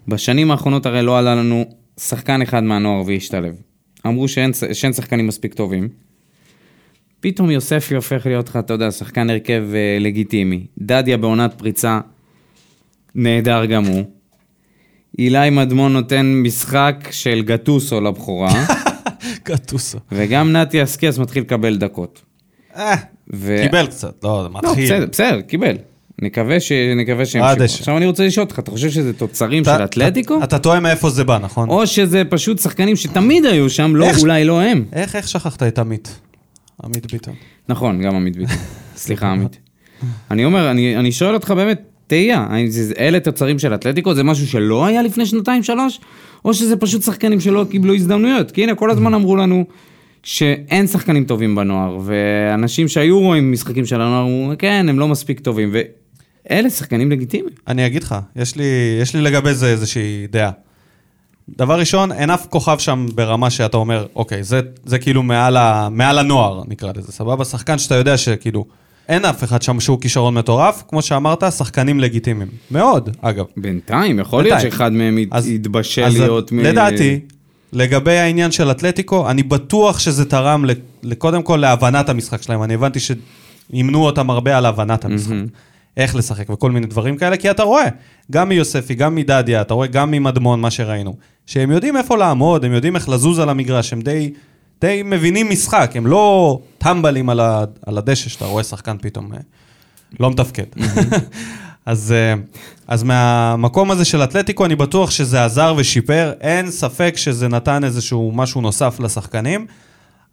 B: בשנים האחרונות הרי לא עלה לנו שחקן אחד מהנוער והשתלב. אמרו שאין, שאין שחקנים מספיק טובים. פתאום יוספי הופך להיות לך, אתה יודע, שחקן הרכב אה, לגיטימי. דדיה בעונת פריצה, נהדר גם הוא. אילי מדמון נותן משחק של גטוסו לבכורה,
A: קטוסו.
B: וגם נתי אסקס מתחיל לקבל דקות.
A: אה,
B: ו-
A: קיבל קצת, לא,
B: לא,
A: מתחיל.
B: בסדר, בסדר, קיבל. נקווה ש- נקווה שהם
A: עד
B: שיפרו.
A: דשא.
B: עכשיו אני רוצה לשאול אותך, אתה חושב שזה תוצרים
A: אתה-
B: של אתלטיקו?
A: אתה- אתה טועה מאיפה זה בא, נכון?
B: או שזה פשוט שחקנים שתמיד היו שם, לא,
A: איך-
B: אולי לא הם.
A: איך, איך שכחת את עמית? עמית ביטון.
B: נכון, גם עמית
A: [laughs]
B: ביטון. סליחה, עמית. אני אומר, אני אני שואל אותך באמת, תהייה, האם זה- אלה תוצרים של אתלטיקו? זה משהו שלא היה לפני שנתיים-שלוש? או שזה פשוט שחקנים שלא קיבלו הזדמנויות? כי הנה, כל הזמן אמרו לנו שאין שחקנים טובים בנוער, ואנשים שהיו רואים משחקים של הנוער אמרו, כן, הם לא מספיק טובים, ואלה שחקנים לגיטימיים.
A: אני אגיד לך, יש לי, יש לי לגבי זה איזושהי דעה. דבר ראשון, אין אף כוכב שם ברמה שאתה אומר, אוקיי, זה, זה כאילו מעל, ה, מעל הנוער, נקרא לזה, סבבה? שחקן שאתה יודע שכאילו, אין אף אחד שם שהוא כישרון מטורף, כמו שאמרת, שחקנים לגיטימיים. מאוד, אגב.
B: בינתיים, יכול להיות
A: בינתיים.
B: שאחד מהם ית-
A: אז-
B: יתבשל
A: אז
B: להיות... מ-
A: לדעתי, לגבי העניין של אתלטיקו, אני בטוח שזה תרם ל- ל- קודם כל להבנת המשחק שלהם. אני הבנתי שאימנו אותם הרבה על הבנת המשחק. איך לשחק וכל מיני דברים כאלה, כי אתה רואה, גם מיוספי, גם מדדיה, אתה רואה גם ממדמון, מה שראינו, שהם יודעים איפה לעמוד, הם יודעים איך לזוז על המגרש, הם די, די מבינים משחק, הם לא טמבלים על, ה, על הדשא, שאתה רואה שחקן פתאום אה, לא מתפקד. אז, אה, אז מהמקום הזה של אתלטיקו, אני בטוח שזה עזר ושיפר, אין ספק שזה נתן איזשהו משהו נוסף לשחקנים,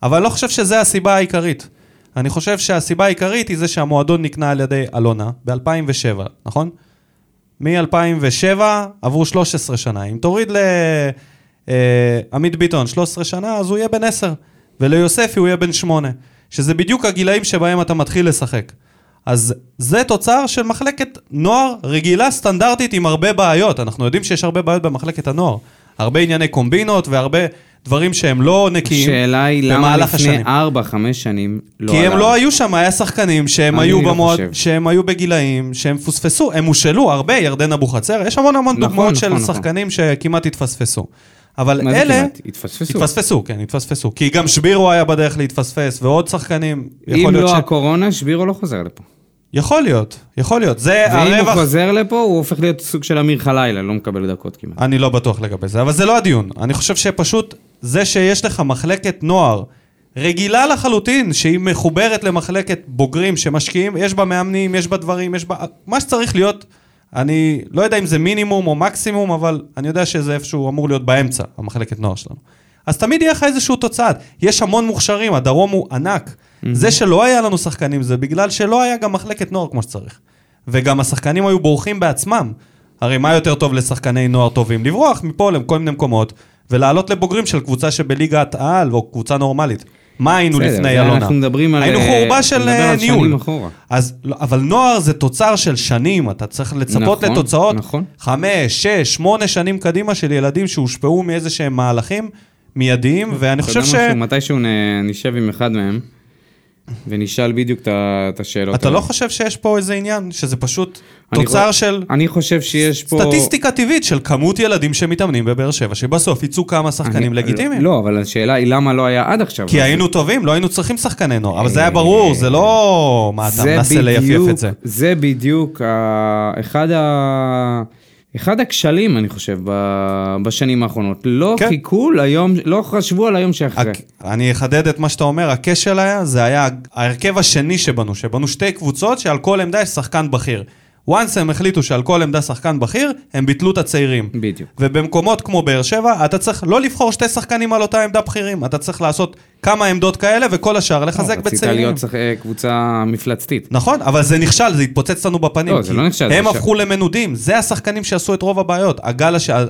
A: אבל אני לא חושב שזו הסיבה העיקרית. אני חושב שהסיבה העיקרית היא זה שהמועדון נקנה על ידי אלונה ב-2007, נכון? מ-2007 עברו 13 שנה. אם תוריד לעמית ביטון 13 שנה, אז הוא יהיה בן 10, וליוספי הוא יהיה בן 8, שזה בדיוק הגילאים שבהם אתה מתחיל לשחק. אז זה תוצר של מחלקת נוער רגילה סטנדרטית עם הרבה בעיות. אנחנו יודעים שיש הרבה בעיות במחלקת הנוער. הרבה ענייני קומבינות והרבה דברים שהם לא נקיים
B: השאלה היא למה
A: במהלך
B: לפני
A: השנים.
B: 4-5 שנים לא
A: כי הם
B: עלה.
A: לא היו שם, היה שחקנים שהם
B: אני
A: היו
B: לא
A: במועד,
B: חושב.
A: שהם היו בגילאים, שהם פוספסו, הם הושאלו הרבה, ירדן אבוחצירא, יש המון המון
B: נכון,
A: דוגמאות של
B: נכון, נכון.
A: שחקנים שכמעט התפספסו. אבל
B: מה זה
A: אלה,
B: כמעט? התפספסו.
A: התפספסו, כן, התפספסו. כי גם שבירו היה בדרך להתפספס, ועוד שחקנים,
B: אם
A: יכול להיות
B: לא
A: ש...
B: הקורונה, שבירו לא חוזר לפה.
A: יכול להיות, יכול להיות. זה
B: ואם הוא
A: אה, הרווח
B: חוזר לפה, הוא הופך להיות סוג של אמיר חלילה, לא מקבל דקות כמעט.
A: אני לא בטוח לגבי זה, אבל זה לא הדיון. אני חושב שפשוט זה שיש לך מחלקת נוער רגילה לחלוטין, שהיא מחוברת למחלקת בוגרים שמשקיעים, יש בה מאמנים, יש בה דברים, יש בה... מה שצריך להיות, אני לא יודע אם זה מינימום או מקסימום, אבל אני יודע שזה איפשהו אמור להיות באמצע, המחלקת נוער שלנו. אז תמיד יהיה לך איזשהו תוצאת. יש המון מוכשרים, הדרום הוא ענק. זה שלא היה לנו שחקנים זה בגלל שלא היה גם מחלקת נוער כמו שצריך. וגם השחקנים היו בורחים בעצמם. הרי מה יותר טוב לשחקני נוער טובים? לברוח מפה לכל מיני מקומות ולעלות לבוגרים של קבוצה שבליגת העל או קבוצה נורמלית. מה היינו
B: בסדר,
A: לפני
B: זה
A: אלונה?
B: אנחנו מדברים על,
A: היינו
B: אה,
A: חורבה של
B: נדבר
A: אה,
B: על שנים
A: ניהול.
B: אחורה.
A: אז, לא, אבל נוער זה תוצר של שנים, אתה צריך לצפות
B: נכון,
A: לתוצאות.
B: נכון.
A: חמש, שש, שמונה שנים קדימה של ילדים שהושפעו מאיזה שהם מהלכים מיידיים, ואני חושב ש...
B: אתה יודע משהו, מתישהו נ- נשב עם אחד מהם, ונשאל בדיוק את ה- את השאלות.
A: אתה
B: האלה.
A: לא חושב שיש פה איזה עניין? שזה פשוט
B: אני
A: תוצר
B: חו-
A: של
B: אני חושב שיש פה...
A: סטטיסטיקה טבעית של כמות ילדים שמתאמנים בבאר שבע, שבסוף יצאו כמה שחקנים
B: אני-
A: לגיטימיים.
B: לא, אבל השאלה היא למה לא היה עד עכשיו.
A: כי היינו טובים, לא היינו צריכים שחקנינו. אבל זה היה ברור, זה לא... מה, אתה
B: זה
A: מנסה
B: בדיוק-
A: ליפייף את זה.
B: זה בדיוק ה- אחד ה... אחד הכשלים, אני חושב, ב- בשנים האחרונות. לא
A: כן.
B: חיכו ליום, לא חשבו על היום שאחרי.
A: הק- אני אחדד את מה שאתה אומר, הכשל היה, זה היה ההרכב השני שבנו, שבנו שתי קבוצות שעל כל עמדה יש שחקן בכיר. once הם החליטו שעל כל עמדה שחקן בכיר, הם ביטלו את הצעירים.
B: בדיוק.
A: ובמקומות כמו באר שבע, אתה צריך לא לבחור שתי שחקנים על אותה עמדה בכירים, אתה צריך לעשות כמה עמדות כאלה וכל השאר לחזק
B: לא, רצית
A: בצעירים.
B: להיות שח- אה, קבוצה מפלצתית.
A: נכון, אבל זה נכשל, זה התפוצץ לנו בפנים.
B: לא, זה
A: כי
B: לא נכשל, זה
A: הם
B: ש-
A: הפכו למנודים, זה השחקנים שעשו את רוב הבעיות. הגל הש... ה-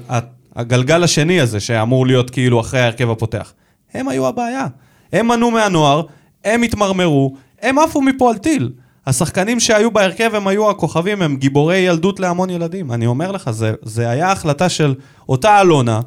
A: הגלגל השני הזה, שאמור להיות כאילו אחרי ההרכב הפותח. הם היו הבעיה. הם מנעו מהנוער, הם התמרמרו, הם עפו מפה על טיל. השחקנים שהיו בהרכב הם היו הכוכבים, הם גיבורי ילדות להמון ילדים. אני אומר לך, זה, זה היה החלטה של אותה אלונה,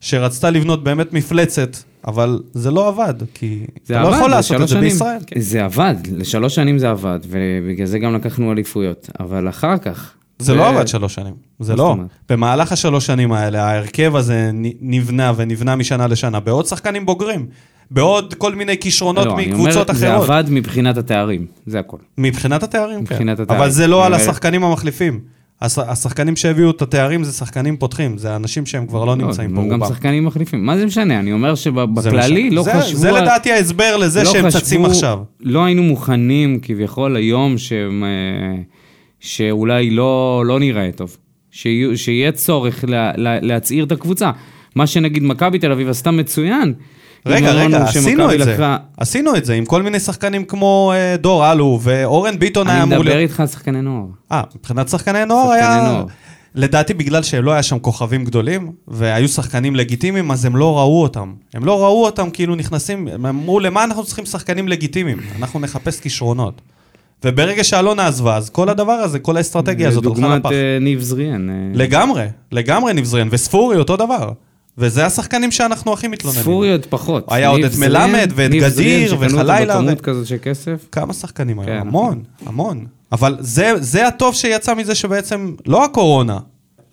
A: שרצתה לבנות באמת מפלצת, אבל זה לא עבד, כי
B: זה
A: אתה
B: עבד,
A: לא יכול לעשות את
B: לשלוש
A: זה
B: שנים.
A: בישראל. כן.
B: זה עבד, לשלוש שנים זה עבד, ובגלל זה גם לקחנו אליפויות. אבל אחר כך...
A: זה לא עבד שלוש שנים, זה
B: מה
A: לא.
B: זאת אומרת?
A: במהלך השלוש שנים האלה, ההרכב הזה נ- נבנה ונבנה משנה לשנה, בעוד שחקנים בוגרים, בעוד כל מיני כישרונות
B: לא, אני אומר,
A: מקבוצות
B: זה
A: אחרות.
B: עבד מבחינת התארים, זה הכל.
A: מבחינת התארים, כן.
B: מבחינת התארים.
A: אבל זה לא על
B: אני אומר-
A: השחקנים המחליפים. הש- השחקנים שהביאו את התארים זה שחקנים פותחים, זה אנשים שהם כבר לא נמצאים פה
B: גם
A: רובם.
B: שחקנים מחליפים. מה זה משנה? אני אומר
A: זה מה
B: שבכללי
A: ש-
B: לא
A: זה-
B: חשבו...
A: זה
B: על-
A: לדעתי ההסבר לזה
B: לא
A: שהם
B: חשבו-
A: צצים עכשיו.
B: לא היינו מוכנים כביכול היום שהם, אה, שאולי לא, לא נראה טוב. שיהיו- שיהיה צורך לה, לה, להצעיר את הקבוצה. מה שנגיד מכבי תל אביב עשתה מצוין.
A: רגע,
B: אם אמרנו
A: רגע, עשינו
B: שמכבי
A: את זה.
B: לקחה-
A: עשינו את זה עם כל מיני שחקנים כמו אה, דור אלו ואורן ביטון היה
B: אני
A: אמור
B: מדבר
A: להיות...
B: איתך על שחקני נוער.
A: אה, מבחינת שחקני נוער
B: שחקני
A: היה...
B: נוער.
A: לדעתי בגלל שלא היה שם כוכבים גדולים, והיו שחקנים לגיטימיים, אז הם לא ראו אותם. הם לא ראו אותם כאילו נכנסים, הם אמרו, למה אנחנו צריכים שחקנים לגיטימיים? אנחנו נחפש כישרונות. וברגע שאלונה עזבה, אז כל הדבר הזה, כל האסטרטגיה הזאת הלכה לפח.
B: לדוגמת אה, ניב זריאן. אה,
A: לגמרי, לגמרי נבזרין, וספורי אותו דבר. וזה השחקנים שאנחנו הכי מתלוננים.
B: ספורי עוד פחות.
A: היה עוד
B: ניב
A: את
B: זריאן-
A: מלמד ואת
B: ניב זריאן
A: גדיר
B: שקנו אותו
A: וחלילה ו-
B: בכמות כזאת של כסף.
A: כמה שחקנים היו?
B: כן,
A: המון, המון. אבל זה, זה הטוב שיצא מזה שבעצם, לא הקורונה,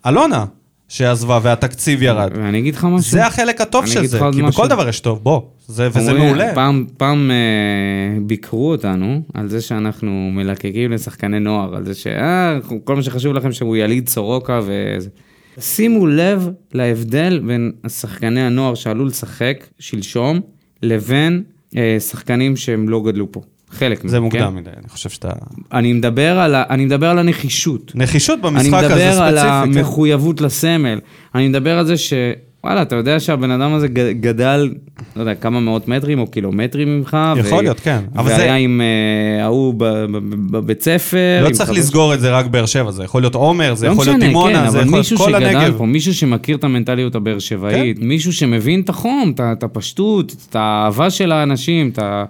A: אלונה שעזבה והתקציב ירד.
B: ואני אגיד לך משהו.
A: זה החלק הטוב
B: אני
A: של
B: אגיד
A: זה,
B: לך עוד
A: כי
B: משהו.
A: בכל דבר יש טוב, בוא. זה, וזה
B: אומרים,
A: מעולה.
B: פעם, פעם אה, ביקרו אותנו על זה שאנחנו מלקקים לשחקני נוער, על זה שכל מה שחשוב לכם שהוא יליד סורוקה וזה. שימו לב להבדל בין שחקני הנוער שעלו לשחק שלשום, לבין אה, שחקנים שהם לא גדלו פה. חלק מהם,
A: זה מוקדם
B: כן?
A: מדי, אני חושב שאתה...
B: אני מדבר על, ה, אני מדבר על הנחישות.
A: נחישות
B: אני
A: במשחק הזה ספציפי.
B: מדבר על
A: כן.
B: המחויבות לסמל. אני מדבר על זה ש... וואלה, אתה יודע שהבן אדם הזה ג- גדל, לא יודע, כמה מאות מטרים או קילומטרים ממך.
A: יכול להיות, כן. אבל
B: והיה
A: זה-
B: עם אה, ההוא ב- ב- ב- בבית ספר.
A: לא
B: עם
A: צריך
B: חבר-
A: לסגור את זה רק באר שבע, זה יכול להיות עומר, זה
B: לא
A: יכול להיות
B: משנה, כן,
A: דימונה, זה
B: אבל
A: יכול להיות
B: מישהו
A: כל
B: שגדל
A: הנגב. כן.
B: פה, מישהו שמכיר את המנטליות הבאר שבעית, מישהו שמבין את החום, את ה- את הפשטות, את האהבה של האנשים, את ה...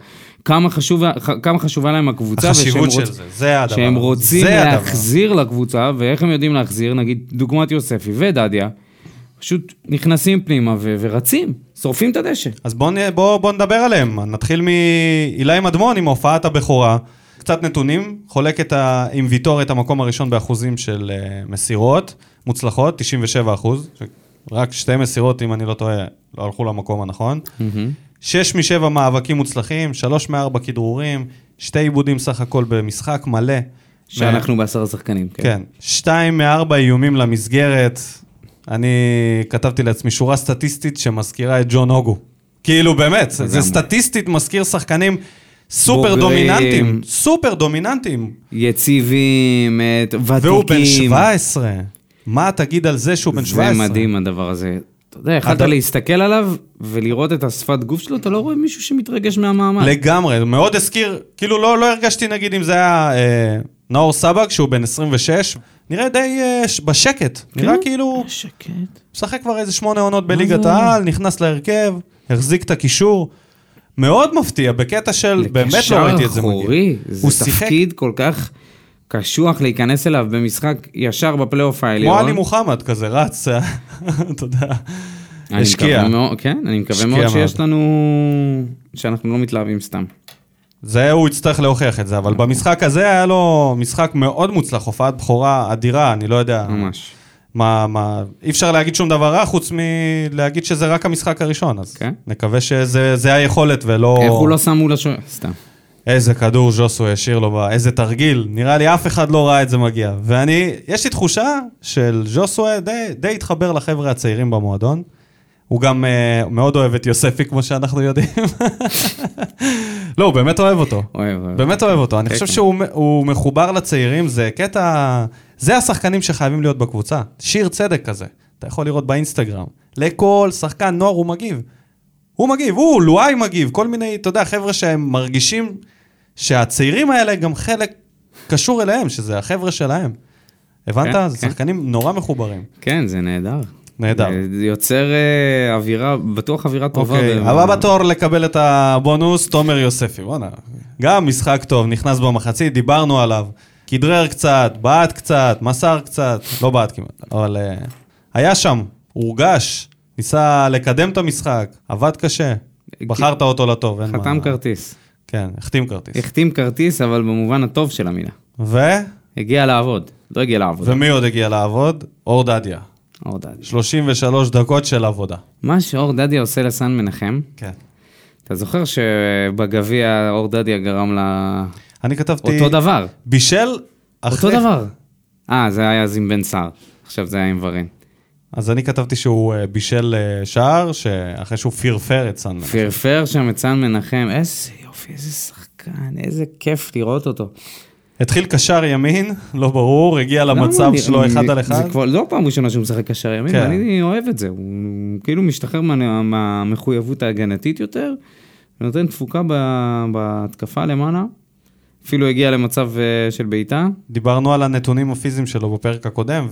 B: כמה, חשוב, כמה חשובה להם הקבוצה. ושהם
A: החשיבות של
B: רוצ-
A: זה, זה הדבר.
B: שהם רוצים
A: זה הדבר.
B: להחזיר לקבוצה, ואיך הם יודעים להחזיר, נגיד, דוגמת יוספי ודדיה, פשוט נכנסים פנימה ו- ורצים, שורפים את הדשא.
A: אז בואו בוא, בוא נדבר עליהם. נתחיל מאילי מדמון עם הופעת הבכורה. קצת נתונים, חולק את ה... עם ויטור את המקום הראשון באחוזים של אה, מסירות מוצלחות, 97 אחוז. רק שתי מסירות, אם אני לא טועה, לא הלכו למקום הנכון. שש משבע מאבקים מוצלחים, שלוש מארבע כדרורים, שתי עיבודים סך הכל במשחק מלא.
B: שאנחנו בעשרה שחקנים, כן.
A: כן. שתיים מארבע איומים למסגרת. אני כתבתי לעצמי שורה סטטיסטית שמזכירה את ג'ון הוגו. כאילו, באמת, זה סטטיסטית מזכיר שחקנים סופר
B: בוגרים.
A: דומיננטיים. סופר דומיננטיים.
B: יציבים, אה, ת- ותיקים.
A: והוא בן 17. מה תגיד על זה שהוא בן 17?
B: זה מדהים הדבר הזה. אתה יודע, יכלת
A: אדם-
B: להסתכל עליו ולראות את השפת גוף שלו, אתה לא רואה מישהו שמתרגש מהמעמד.
A: לגמרי, מאוד הזכיר, כאילו לא, לא הרגשתי נגיד אם זה היה אה, נאור סבג שהוא בן 26, נראה די אה, ש- בשקט,
B: כן?
A: נראה כאילו
B: שקט.
A: משחק כבר איזה שמונה עונות בליגת העל, נכנס להרכב, החזיק את הקישור. מאוד מפתיע, בקטע של, באמת לא ראיתי את זה
B: לקשר אחורי,
A: מגיע. הוא
B: זה
A: שיחק
B: תפקיד כל כך קשוח להיכנס אליו במשחק ישר בפלייאוף
A: כמו
B: העליון.
A: עלי מוחמד כזה, רץ, אה, [laughs] אתה יודע,
B: אני
A: השקיע.
B: מקווה מאוד- כן, אני מקווה
A: השקיע
B: מאוד
A: מאוד.
B: שיש לנו... שאנחנו לא מתלהבים סתם.
A: זה, הוא יצטרך להוכיח את זה, אבל במשחק הזה היה לו משחק מאוד מוצלח, הופעת בכורה אדירה, אני לא יודע.
B: ממש.
A: מה, מה, אי אפשר להגיד שום דבר רע חוץ מלהגיד שזה רק המשחק הראשון, אז
B: כן.
A: נקווה שזה זה היכולת ולא...
B: איך הוא לא שם מול השוער? סתם.
A: איזה כדור ז'וסו השאיר לו, בה, איזה תרגיל, נראה לי אף אחד לא ראה את זה מגיע. ואני, יש לי תחושה של ז'וסו די, די התחבר לחבר'ה הצעירים במועדון. הוא גם אה, מאוד אוהב את יוספי, כמו שאנחנו יודעים. [laughs] לא, הוא באמת אוהב אותו.
B: אוהב, אוהב.
A: באמת אוהב אותו. אני
B: כן,
A: חושב
B: כן.
A: שהוא הוא מחובר לצעירים, זה קטע... זה השחקנים שחייבים להיות בקבוצה. שיר צדק כזה. אתה יכול לראות באינסטגרם. לכל שחקן נוער הוא מגיב. הוא מגיב, הוא, לואי מגיב, כל מיני, אתה יודע, חבר'ה שהם מרגישים שהצעירים האלה גם חלק קשור אליהם, שזה החבר'ה שלהם. הבנת?
B: כן,
A: זה
B: כן.
A: שחקנים נורא מחוברים.
B: כן, זה נהדר.
A: נהדר.
B: זה יוצר אה, אווירה, בטוח אווירה טובה.
A: אוקיי,
B: ב-
A: הבא בתור לקבל את הבונוס, תומר יוספי, בואנה. גם משחק טוב, נכנס במחצית, דיברנו עליו. כדרר קצת, בעט קצת, מסר קצת, לא בעט כמעט, אבל אה, היה שם, הורגש, ניסה לקדם את המשחק, עבד קשה. בחרת אותו לטוב, אין מה.
B: אה, חתם כרטיס.
A: כן, החתים כרטיס.
B: החתים כרטיס, אבל במובן הטוב של המילה.
A: ו?
B: הגיע לעבוד. לא הגיע לעבוד.
A: ומי עוד הגיע לעבוד? אור דדיה.
B: אור דדיה.
A: 33 דקות של עבודה.
B: מה שאור דדיה עושה לסן מנחם,
A: כן.
B: אתה זוכר שבגביע אור דדיה גרם לה...
A: אני כתבתי...
B: אותו דבר.
A: בישל
B: אותו דבר. אה, זה היה אז עם בן סער. עכשיו זה היה עם ורן.
A: אז אני כתבתי שהוא אה, בישל אה, שער, שאחרי שהוא פרפר את סנדמן.
B: פרפר שם את סן מנחם, איזה יופי, איזה שחקן, איזה כיף לראות אותו.
A: התחיל קשר ימין, לא ברור, הגיע למצב
B: למה
A: שלו
B: אני-
A: אחד על
B: זה
A: אחד.
B: כבר לא פעם ראשונה שהוא משחק קשר ימין,
A: כן.
B: אני אוהב את זה. הוא הוא כאילו משתחרר מה- מהמחויבות ההגנתית יותר, ונותן תפוקה ב- בהתקפה למעלה. אפילו הגיע למצב אה, של בעיטה.
A: דיברנו על הנתונים הפיזיים שלו בפרק הקודם,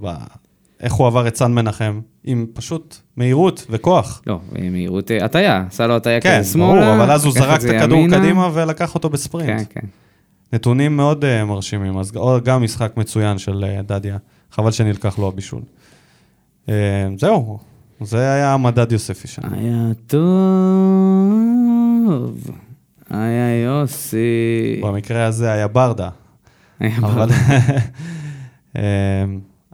A: ואיך הוא עבר את סן מנחם, עם פשוט מהירות וכוח.
B: לא, אה, מהירות, אה, הטיה, עשה לו הטיה
A: כן,
B: כזה שמאלה.
A: ברור, אבל אז הוא
B: לקח את
A: זרק
B: זה
A: את הכדור
B: ימינה.
A: קדימה ולקח אותו
B: כן,
A: בספרינט.
B: כן.
A: נתונים מאוד אה, מרשימים, אז גם- גם משחק מצוין של אה, דדיה. חבל שנלקח לו הבישול. אה, זהו, זה היה המדד יוספי שם.
B: היה טוב, היה יוסי.
A: במקרה הזה היה ברדה.
B: היה
A: אבל...
B: ברדה.
A: [laughs] אמ,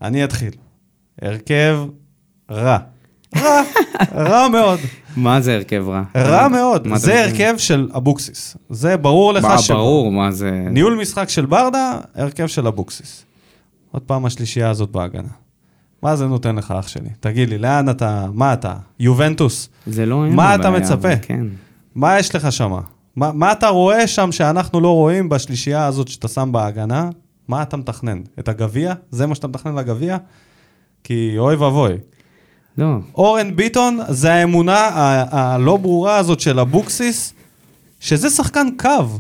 A: אני אתחיל. הרכב רע. רע, רע מאוד.
B: מה זה הרכב רע?
A: רע מאוד.
B: מה אתה
A: זה
B: מבין?
A: הרכב של אבוקסיס. זה ברור לך
B: מה,
A: ש...
B: ברור, מה זה...
A: ניהול משחק של ברדה, הרכב של אבוקסיס. עוד פעם השלישייה הזאת בהגנה. מה זה נותן לך, אח שלי? תגיד לי, לאן אתה? מה אתה? יובנטוס?
B: זה לא אין
A: מה
B: לו
A: אתה
B: בעיה,
A: מצפה?
B: אבל כן.
A: מה יש לך שם? מה, מה אתה רואה שם שאנחנו לא רואים בשלישייה הזאת שאתה שם בהגנה? מה אתה מתכנן? את הגביע? זה מה שאתה מתכנן לגביע? כי אוי ואבוי.
B: לא,
A: אורן ביטון זה האמונה ה- הלא ברורה הזאת של אבוקסיס, שזה שחקן קו,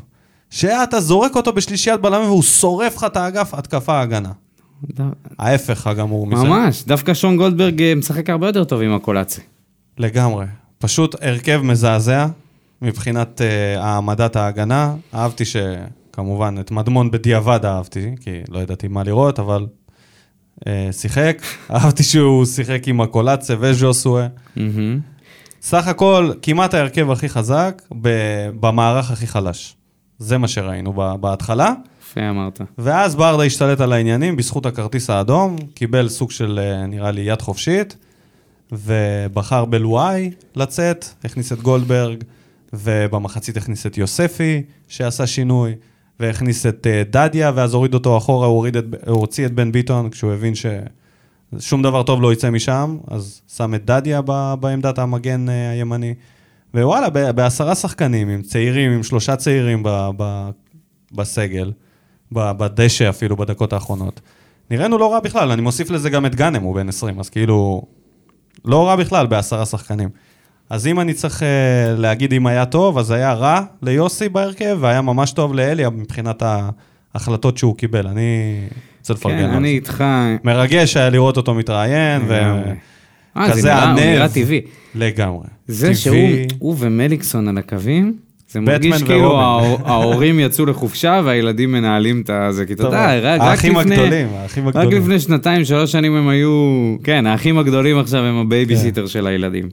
A: שאתה זורק אותו בשלישיית בלמים והוא שורף לך את האגף התקפה-הגנה.
B: ד-
A: ההפך הגמור מזה.
B: ממש, דווקא שון גולדברג אה, משחק הרבה יותר טוב עם הקולאצי.
A: לגמרי. פשוט הרכב מזעזע מבחינת uh, העמדת ההגנה. אהבתי שכמובן את מדמון בדיעבד אהבתי, כי לא ידעתי מה לראות, אבל uh, שיחק. [laughs] אהבתי שהוא שיחק עם הקולאצה וז'וסואה.
B: מהמם.
A: סך הכל, כמעט ההרכב הכי חזק ב- במערך הכי חלש. זה מה שראינו ב- בהתחלה.
B: יפה אמרת.
A: ואז ברדה השתלט על העניינים בזכות הכרטיס האדום, קיבל סוג של, אה, נראה לי, יד חופשית, ובחר בלואי לצאת, הכניס את גולדברג, ובמחצית הכניס את יוספי, שעשה שינוי, והכניס את אה, דדיה, ואז הוריד אותו אחורה, הוא, הוריד את, הוא הוציא את בן ביטון, כשהוא הבין ששום דבר טוב לא יצא משם, אז שם את דדיה ב, בעמדת המגן אה, הימני. ווואלה, ב- בעשרה שחקנים, עם צעירים, עם שלושה צעירים ב- ב- בסגל, ב- בדשא אפילו, בדקות האחרונות. נראינו לא רע בכלל, אני מוסיף לזה גם את גאנם, הוא בן 20, אז כאילו, לא רע בכלל בעשרה שחקנים. אז אם אני צריך אה, להגיד אם היה טוב, אז היה רע ליוסי בהרכב, והיה ממש טוב לאליה מבחינת ההחלטות שהוא קיבל. אני רוצה לפרגן
B: כן,
A: לו.
B: אני
A: אני...
B: איתך.
A: מרגש היה לראות אותו מתראיין,
B: לגמרי. אה, זה
A: וכזה
B: נראה- הוא
A: ענב.
B: נראה טבעי.
A: לגמרי.
B: זה שהוא
A: טבעי.
B: הוא ומליקסון על הקווים, זה
A: בטמן
B: מרגיש כאילו
A: ורובין.
B: ההור- ההורים יצאו לחופשה והילדים מנהלים את הזה, כי אתה
A: טוב,
B: יודע, רק- רק
A: האחים
B: לפני-
A: הגדולים, האחים
B: רק
A: הגדולים. כן.
B: לפני שנתיים, שלוש שנים הם היו, כן, האחים הגדולים עכשיו הם הבייביסיטר של הילדים.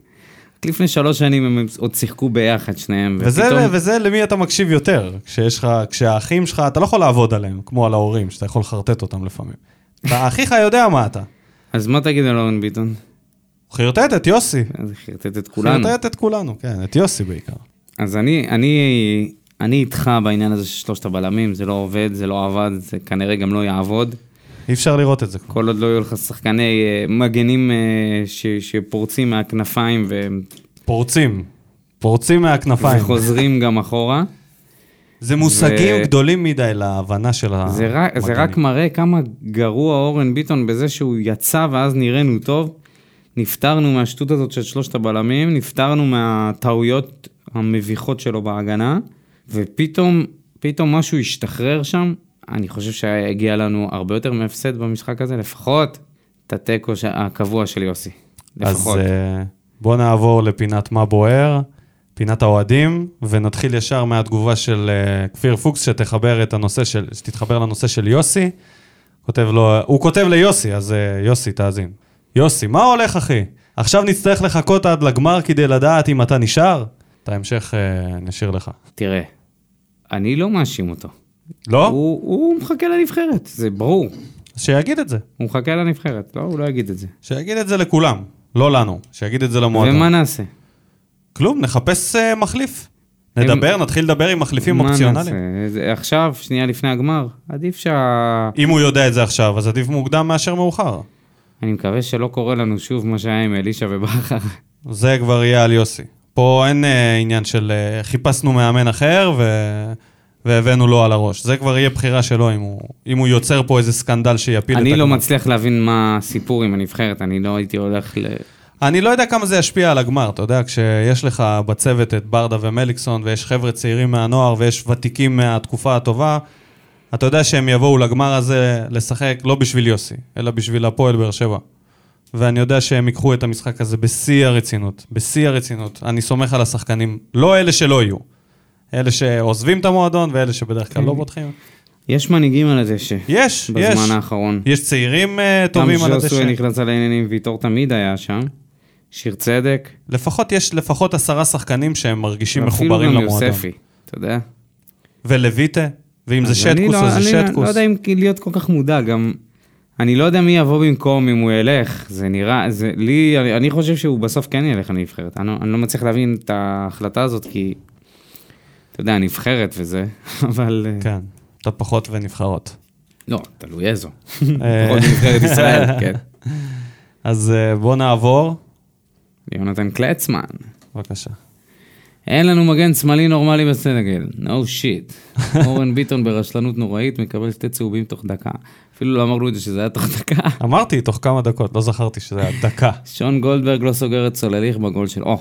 B: לפני שלוש שנים הם עוד שיחקו ביחד שניהם.
A: וזה,
B: ופתאום-
A: וזה למי אתה מקשיב יותר, כשיש לך, כשהאחים שלך, אתה לא יכול לעבוד עליהם, כמו על ההורים, שאתה יכול לחרטט אותם לפעמים. אתה- אחיך יודע מה אתה.
B: אז מה תגיד על אורן ביטון?
A: הוא חרטט את יוסי.
B: אז חרטט את
A: הוא
B: כולנו.
A: חרטט את כולנו, כן, את יוסי בעיקר.
B: אז אני, אני, אני איתך בעניין הזה של שלושת הבלמים, זה לא עובד, זה לא עבד, זה כנראה גם לא יעבוד.
A: אי אפשר לראות את זה.
B: כל עוד לא יהיו לך שחקני אה, מגנים אה, ש, שפורצים מהכנפיים ו,
A: פורצים. פורצים מהכנפיים.
B: וחוזרים גם אחורה.
A: זה מושגים
B: ו-
A: גדולים מדי להבנה של ה...
B: זה רק, זה רק מראה כמה גרוע אורן ביטון בזה שהוא יצא ואז נראינו טוב. נפטרנו מהשטות הזאת של שלושת הבלמים, נפטרנו מהטעויות המביכות שלו בהגנה, ופתאום, פתאום משהו השתחרר שם. אני חושב שהגיע לנו הרבה יותר מהפסד במשחק הזה, לפחות את התיקו ש- הקבוע של יוסי. לפחות.
A: אז אה, בואו נעבור לפינת מה בוער, פינת האוהדים, ונתחיל ישר מהתגובה של אה, כפיר פוקס, שתחבר את הנושא של, שתתחבר לנושא של יוסי. כותב לו, הוא כותב ליוסי, אז אה, יוסי, תאזין. יוסי, מה הולך, אחי? עכשיו נצטרך לחכות עד לגמר כדי לדעת אם אתה נשאר? את ההמשך אה, נשאיר לך.
B: תראה, אני לא מאשים אותו.
A: לא?
B: הוא, הוא מחכה לנבחרת, זה ברור.
A: אז שיגיד את זה.
B: הוא מחכה לנבחרת, לא, הוא לא יגיד את זה.
A: שיגיד את זה לכולם, לא לנו. שיגיד את זה למועדון.
B: ומה נעשה?
A: כלום, נחפש אה, מחליף. נדבר, נתחיל לדבר עם מחליפים
B: מה
A: אופציונליים.
B: נעשה? זה- עכשיו, שנייה לפני הגמר, עדיף שה...
A: אם הוא יודע את זה עכשיו, אז עדיף מוקדם מאשר מאוחר.
B: אני מקווה שלא קורה לנו שוב מה שהיה עם אלישע ובכר.
A: זה כבר יהיה על יוסי. פה אין אה, עניין של אה, חיפשנו מאמן אחר ו... והבאנו לו על הראש. זה כבר יהיה בחירה שלו אם הוא, אם הוא יוצר פה איזה סקנדל שיפיל את
B: אני לא
A: הגמר.
B: מצליח להבין מה הסיפור עם הנבחרת, אני לא הייתי הולך ל...
A: אני לא יודע כמה זה ישפיע על הגמר, אתה יודע, כשיש לך בצוות את ברדה ומליקסון, ויש חבר'ה צעירים מהנוער, ויש ותיקים מהתקופה הטובה, אתה יודע שהם יבואו לגמר הזה לשחק לא בשביל יוסי, אלא בשביל הפועל באר שבע. ואני יודע שהם ייקחו את המשחק הזה בשיא הרצינות, בשיא הרצינות. אני סומך על השחקנים, לא אלה שלא יהיו. אלה שעוזבים את המועדון ואלה שבדרך כלל לא פותחים.
B: יש מנהיגים על הדשא.
A: יש, יש.
B: כן. בזמן האחרון.
A: יש צעירים אה, טובים על
B: גם
A: הדשא.
B: ז'וסווה נכנס על העניינים, ויטור תמיד היה שם. שיר צדק.
A: לפחות יש לפחות עשרה שחקנים שהם מרגישים
B: ואפילו
A: מחוברים
B: גם
A: למועדון.
B: יוספי, אתה יודע.
A: ולויטה, ואם זה
B: אז אני
A: שטקוס,
B: לא-
A: אז זה
B: אני לא
A: שטקוס.
B: יודע אם להיות כל כך מודאג, גם... אני לא יודע מי יבוא במקום אם הוא ילך, זה נראה, זה לי, אני, אני חושב שהוא בסוף כן ילך לנבחרת, אני, אני לא מצליח להבין את ההחלטה הזאת, כי, אתה יודע, נבחרת וזה, [laughs] אבל... כן.
A: כן, אתה פחות ונבחרות.
B: לא, תלוי איזו. לפחות נבחרת ישראל, כן.
A: אז אה, בוא נעבור,
B: יונתן קלצמן,
A: בבקשה.
B: אין לנו מגן שמאלי נורמלי בסנגל, no shit. אורן ביטון ברשלנות נוראית מקבל שתי צהובים תוך דקה. אפילו לא אמרנו את זה שזה היה תוך דקה.
A: אמרתי, תוך כמה דקות, לא זכרתי שזה היה
B: [laughs]
A: דקה.
B: שון גולדברג לא סוגר את סולליך בגול של... או,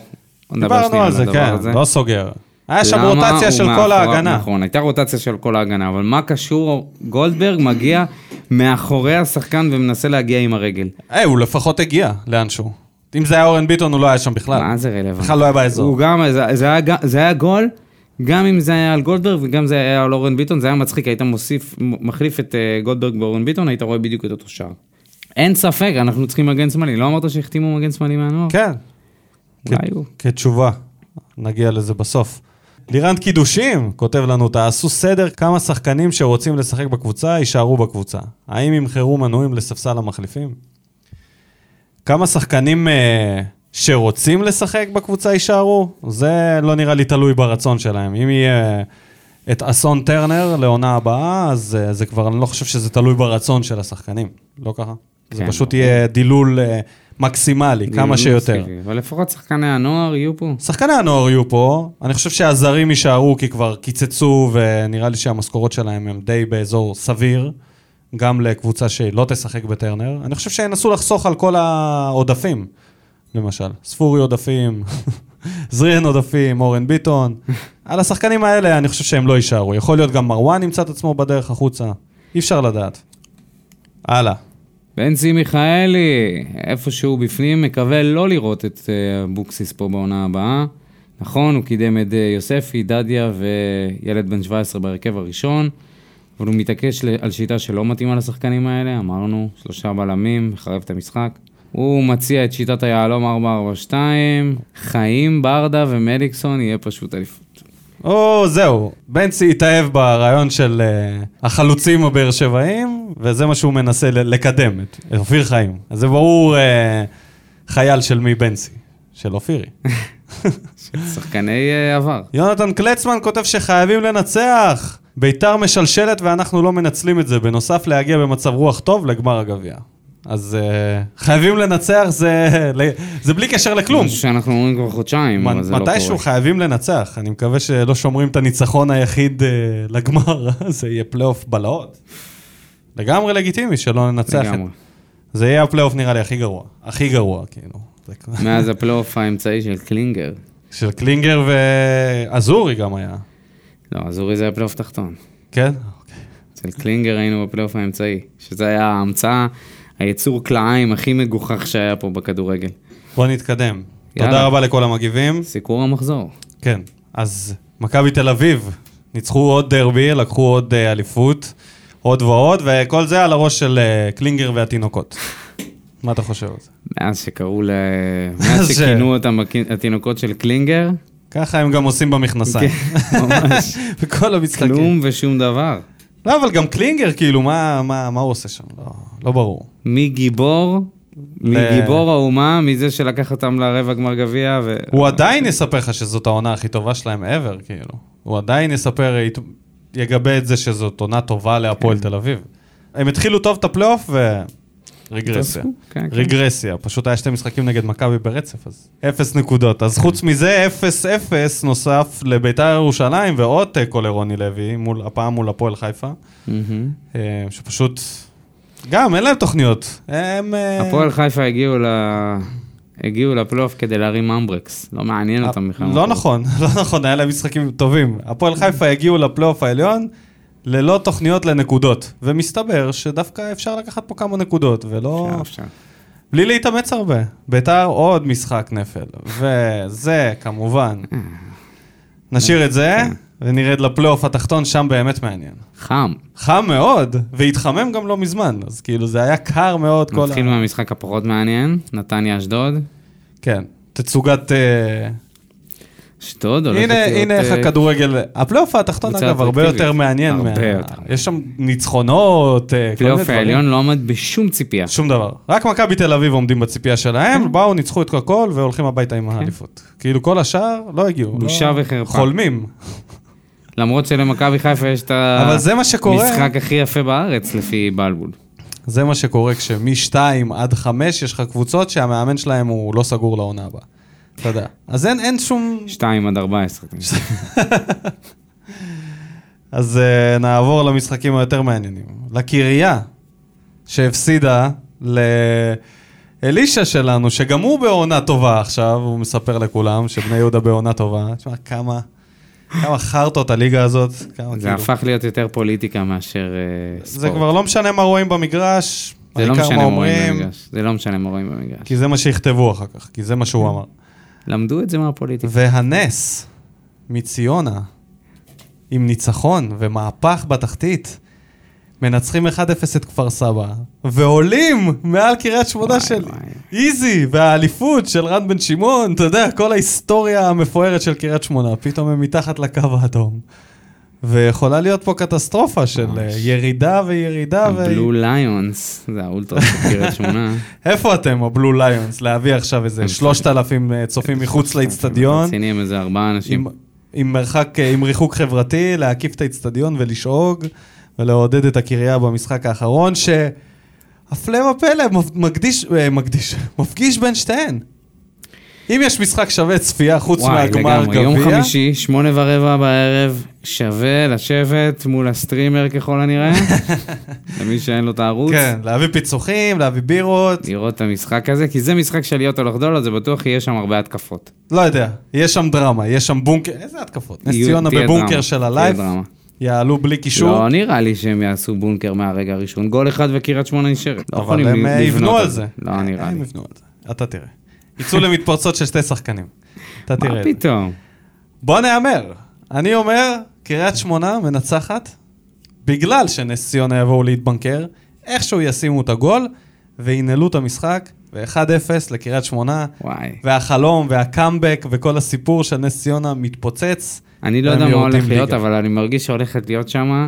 B: בוא נדבר
A: דיברנו
B: שנייה
A: על זה,
B: הדבר
A: כן,
B: הזה.
A: לא סוגר. היה שם
B: למה
A: רוטציה
B: הוא
A: של כל
B: מאחוריו?
A: ההגנה.
B: נכון, הייתה רוטציה של כל ההגנה, אבל מה קשור גולדברג מגיע מאחורי השחקן ומנסה להגיע עם הרגל?
A: היי, הוא לפחות הגיע לאנשהו. אם זה היה אורן ביטון, הוא לא היה שם בכלל.
B: מה זה רלוונטי?
A: בכלל לא היה
B: הוא
A: באזור.
B: גם, זה, זה, היה, ג- זה היה גול, גם אם זה היה על גולדברג וגם זה היה על אורן ביטון, זה היה מצחיק, היית מוסיף, מ- מחליף את אה, גולדברג באורן ביטון, היית רואה בדיוק את אותו שער. אין ספק, אנחנו צריכים מגן שמאלי, לא אמרת שהחתימו מגן שמאלי מהנוער?
A: כן,
B: אולי הוא.
A: כתשובה. נגיע לזה בסוף. לירן קידושים כותב לנו, תעשו סדר כמה שחקנים שרוצים לשחק בקבוצה יישארו בקבוצה. האם ימכרו מנויים לספסל המחליפים? כמה שחקנים אה, שרוצים לשחק בקבוצה יישארו? זה לא נראה לי תלוי ברצון שלהם. אם יהיה אה, את אסון טרנר לעונה הבאה, אז אה, זה כבר, אני לא חושב שזה תלוי ברצון של השחקנים. לא ככה? זה
B: כן,
A: פשוט יהיה דילול אה, מקסימלי, כמה שיותר.
B: אבל לפחות שחקני הנוער יהיו פה.
A: שחקני הנוער יהיו פה, אני חושב שהזרים יישארו כי כבר קיצצו, ונראה לי שהמשכורות שלהם הם די באזור סביר, גם לקבוצה שלא תשחק בטרנר. אני חושב שינסו לחסוך על כל העודפים, למשל. ספורי עודפים, [laughs] זריאן עודפים, אורן ביטון. על השחקנים האלה אני חושב שהם לא יישארו. יכול להיות גם מרואן ימצא את עצמו בדרך החוצה, אי אפשר לדעת. הלאה.
B: בנצי מיכאלי, איפשהו בפנים, מקווה לא לראות את אה, אבוקסיס פה בעונה הבאה. נכון, הוא קידם את אה, יוספי, דדיה וילד בן 17 בהרכב הראשון, אבל הוא מתעקש ל- על שיטה שלא מתאימה לשחקנים האלה, אמרנו, שלושה בלמים, מחרב את המשחק. הוא מציע את שיטת היהלום 442, חיים, ברדה ומליקסון יהיה פשוט אליפות.
A: או, זהו. בנצי התאהב ברעיון של אה, החלוצים הבאר שבעים, וזה מה שהוא מנסה ל- לקדם, את את אופיר חיים. אז זה ברור אה, חייל של מי בנצי, של אופירי.
B: שחקני אה, עבר.
A: יונתן קלצמן כותב שחייבים לנצח. ביתר משלשלת ואנחנו לא מנצלים את זה, בנוסף להגיע במצב רוח טוב לגמר הגביע. אז uh, חייבים לנצח זה, [laughs] זה בלי קשר לכלום.
B: משהו שאנחנו אומרים כבר חודשיים, אבל זה לא קורה.
A: מתישהו חייבים לנצח, אני מקווה שלא שומרים את הניצחון היחיד אה, לגמר, [laughs] זה יהיה פלייאוף בלהות. לגמרי לגיטימי שלא ננצח. את-
B: לגמרי.
A: זה יהיה הפלייאוף נראה לי הכי גרוע, הכי גרוע כאילו. זה כ- [laughs]
B: מאז הפלייאוף האמצעי של קלינגר.
A: של קלינגר ואזורי גם היה,
B: לא, אז אורי זה היה פלייאוף תחתון.
A: כן?
B: אצל קלינגר היינו בפלייאוף האמצעי, שזה היה ההמצאה, היצור כלאיים הכי מגוחך שהיה פה בכדורגל.
A: בוא נתקדם.
B: יאללה.
A: תודה רבה לכל המגיבים.
B: סיקור המחזור.
A: כן, אז מכבי תל אביב ניצחו עוד דרבי, לקחו עוד אה, אליפות, עוד ועוד, וכל זה על הראש של אה, קלינגר והתינוקות. מה אתה חושב על זה?
B: מאז
A: [laughs]
B: שקראו ל...
A: אז
B: מאז
A: ש-
B: שכינו אותם בק- התינוקות של קלינגר,
A: ככה הם גם עושים במכנסיים.
B: כן, ממש
A: [laughs] בכל המשחקים.
B: כלום ושום דבר.
A: לא, אבל גם קלינגר, כאילו, מה, מה, מה הוא עושה שם? לא, לא ברור.
B: מגיבור, מגיבור האומה, מזה שלקח אותם לרבע גמר גביע, ו...
A: הוא עדיין יספר לך שזאת העונה הכי טובה שלהם ever, כאילו. הוא עדיין יספר, ית- יגבה את זה שזאת עונה טובה
B: כן.
A: להפועל תל אביב. הם התחילו טוב את הפלייאוף ו... רגרסיה.
B: התרסקו, כן, כן.
A: רגרסיה, פשוט היה שתי משחקים נגד מכבי ברצף, אז אפס נקודות. אז חוץ מזה, אפס אפס נוסף לביתר ירושלים ועוד תיקו לרוני לוי, מול- הפעם מול הפועל חיפה,
B: מהמם.
A: אה, שפשוט... גם, אין להם תוכניות. הם... אה,
B: הפועל חיפה הגיעו ל... הגיעו לפלייאוף כדי להרים אמברקס, לא מעניין אותם בכלל.
A: לא נכון, [laughs] לא נכון, היה להם משחקים טובים. הפועל חיפה הגיעו לפלייאוף העליון ללא תוכניות לנקודות, ומסתבר שדווקא אפשר לקחת פה כמה נקודות, ולא...
B: אפשר, אפשר.
A: בלי להתאמץ הרבה. ביתר עוד משחק נפל, וזה כמובן.
B: אה,
A: נשאיר את זה,
B: כן.
A: ונרד לפלייאוף התחתון, שם באמת מעניין.
B: חם.
A: חם מאוד, והתחמם גם לא מזמן, אז כאילו זה היה קר מאוד כל
B: נתחיל מהמשחק הפחות מעניין, נתניה אשדוד.
A: כן, תצוגת... אה,
B: אשדוד הולכת
A: הנה,
B: להיות...
A: הנה איך
B: אה,
A: הכדורגל, הפלייאוף התחתון
B: קבוצה
A: אגב הרבה
B: אטרקטיבית.
A: יותר מעניין,
B: הרבה
A: מה-
B: יותר.
A: יש שם ניצחונות, אה, כל מיני
B: הפלייאוף
A: דברים.
B: העליון לא עמד בשום ציפייה.
A: שום דבר, רק מכבי תל אביב עומדים בציפייה
B: כן.
A: שלהם, באו ניצחו את הכל והולכים הביתה עם האליפות. כאילו כל השאר לא הגיעו.
B: בושה
A: לא-
B: וחרפה.
A: חולמים,
B: למרות שלמכבי חיפה יש את
A: אבל זה מה שקורה,
B: המשחק הכי יפה בארץ לפי בלבול.
A: זה מה שקורה כשמשתיים עד חמש יש לך קבוצות שהמאמן שלהם הוא לא סגור לעונה הבאה. אתה יודע. אז אין- אין שום...
B: 2 עד כאילו. 14. אתה מסתכל.
A: אז uh, נעבור למשחקים היותר מעניינים. לקריה שהפסידה לאלישע שלנו, שגם הוא בעונה טובה עכשיו, הוא מספר לכולם שבני יהודה בעונה טובה. תשמע, כמה, כמה חרטות הליגה הזאת. כמה,
B: זה הפך להיות יותר פוליטיקה מאשר אה, ספורט.
A: כאילו- זה כבר לא משנה מה רואים במגרש,
B: זה לא
A: העיקר
B: משנה מה רואים במגרש. זה לא משנה מה רואים במגרש.
A: כי זה מה שיכתבו אחר כך, כי זה מה שהוא אמר.
B: למדו את זה מהפוליטיקה.
A: והנס מציונה, עם ניצחון ומהפך בתחתית, מנצחים 1-0 את כפר סבא, ועולים מעל קריית שמונה
B: וואי,
A: של
B: וואי.
A: איזי, והאליפות של רן בן שמעון, אתה יודע, כל ההיסטוריה המפוארת של קריית שמונה, פתאום הם מתחת לקו האדום. ויכולה להיות פה קטסטרופה של
B: ממש.
A: אה, ירידה וירידה ו...
B: הבלו ליונס, זה האולטרה של קריית
A: [laughs]
B: שמונה.
A: איפה אתם, הבלו ליונס? להביא עכשיו איזה 3,000 אה, צופים מחוץ לאיצטדיון.
B: רציני הם איזה ארבעה אנשים.
A: עם, עם מרחק, אה, עם ריחוק חברתי, להקיף את האיצטדיון ולשאוג ולעודד את הקריה במשחק האחרון, שהפלא ופלא מפ- מקדיש, אה, מקדיש, [laughs] מפגיש בין שתיהן. אם יש משחק שווה צפייה חוץ
B: וואי,
A: מהגמר
B: לגמרי. יום
A: גביע,
B: חמישי, שמונה ורבע בערב, שווה לשבת מול הסטרימר
A: [laughs]
B: ככל הנראה, למי שאין לו את הערוץ,
A: כן, להביא פיצוחים, להביא בירות,
B: לראות את המשחק הזה, כי זה משחק של להיות או לחדול, אז זה בטוח יהיה שם הרבה התקפות.
A: לא יודע, יש שם דרמה, יש שם בונקר, איזה התקפות? נס
B: יהיו-
A: ציונה
B: תהיה
A: בבונקר
B: דרמה,
A: של
B: תהיה
A: הלייב,
B: דרמה.
A: יעלו בלי קישור,
B: לא נראה לי שהם יעשו בונקר מהרגע הראשון, גול אחד וקריית שמונה נשארת. לא
A: אבל
B: יכולים
A: הם
B: לבנות
A: אה, יבנו על זה.
B: לא נראה
A: הם
B: לי.
A: יבנו על זה, אתה תראה. יצאו למתפרצות של שתי שחקנים. אתה תראה.
B: מה
A: את זה.
B: פתאום?
A: בוא נהמר. אני אומר, קריית שמונה מנצחת, בגלל שנס ציונה יבואו להתבנקר, איכשהו ישימו את הגול, וינעלו את המשחק, ו-1-0 לקריית שמונה,
B: וואי.
A: והחלום והקאמבק וכל הסיפור של נס ציונה מתפוצץ.
B: אני לא
A: והם
B: יודע מה
A: יורדים
B: הולך להיות,
A: ליגה.
B: אבל אני מרגיש שהולכת להיות שם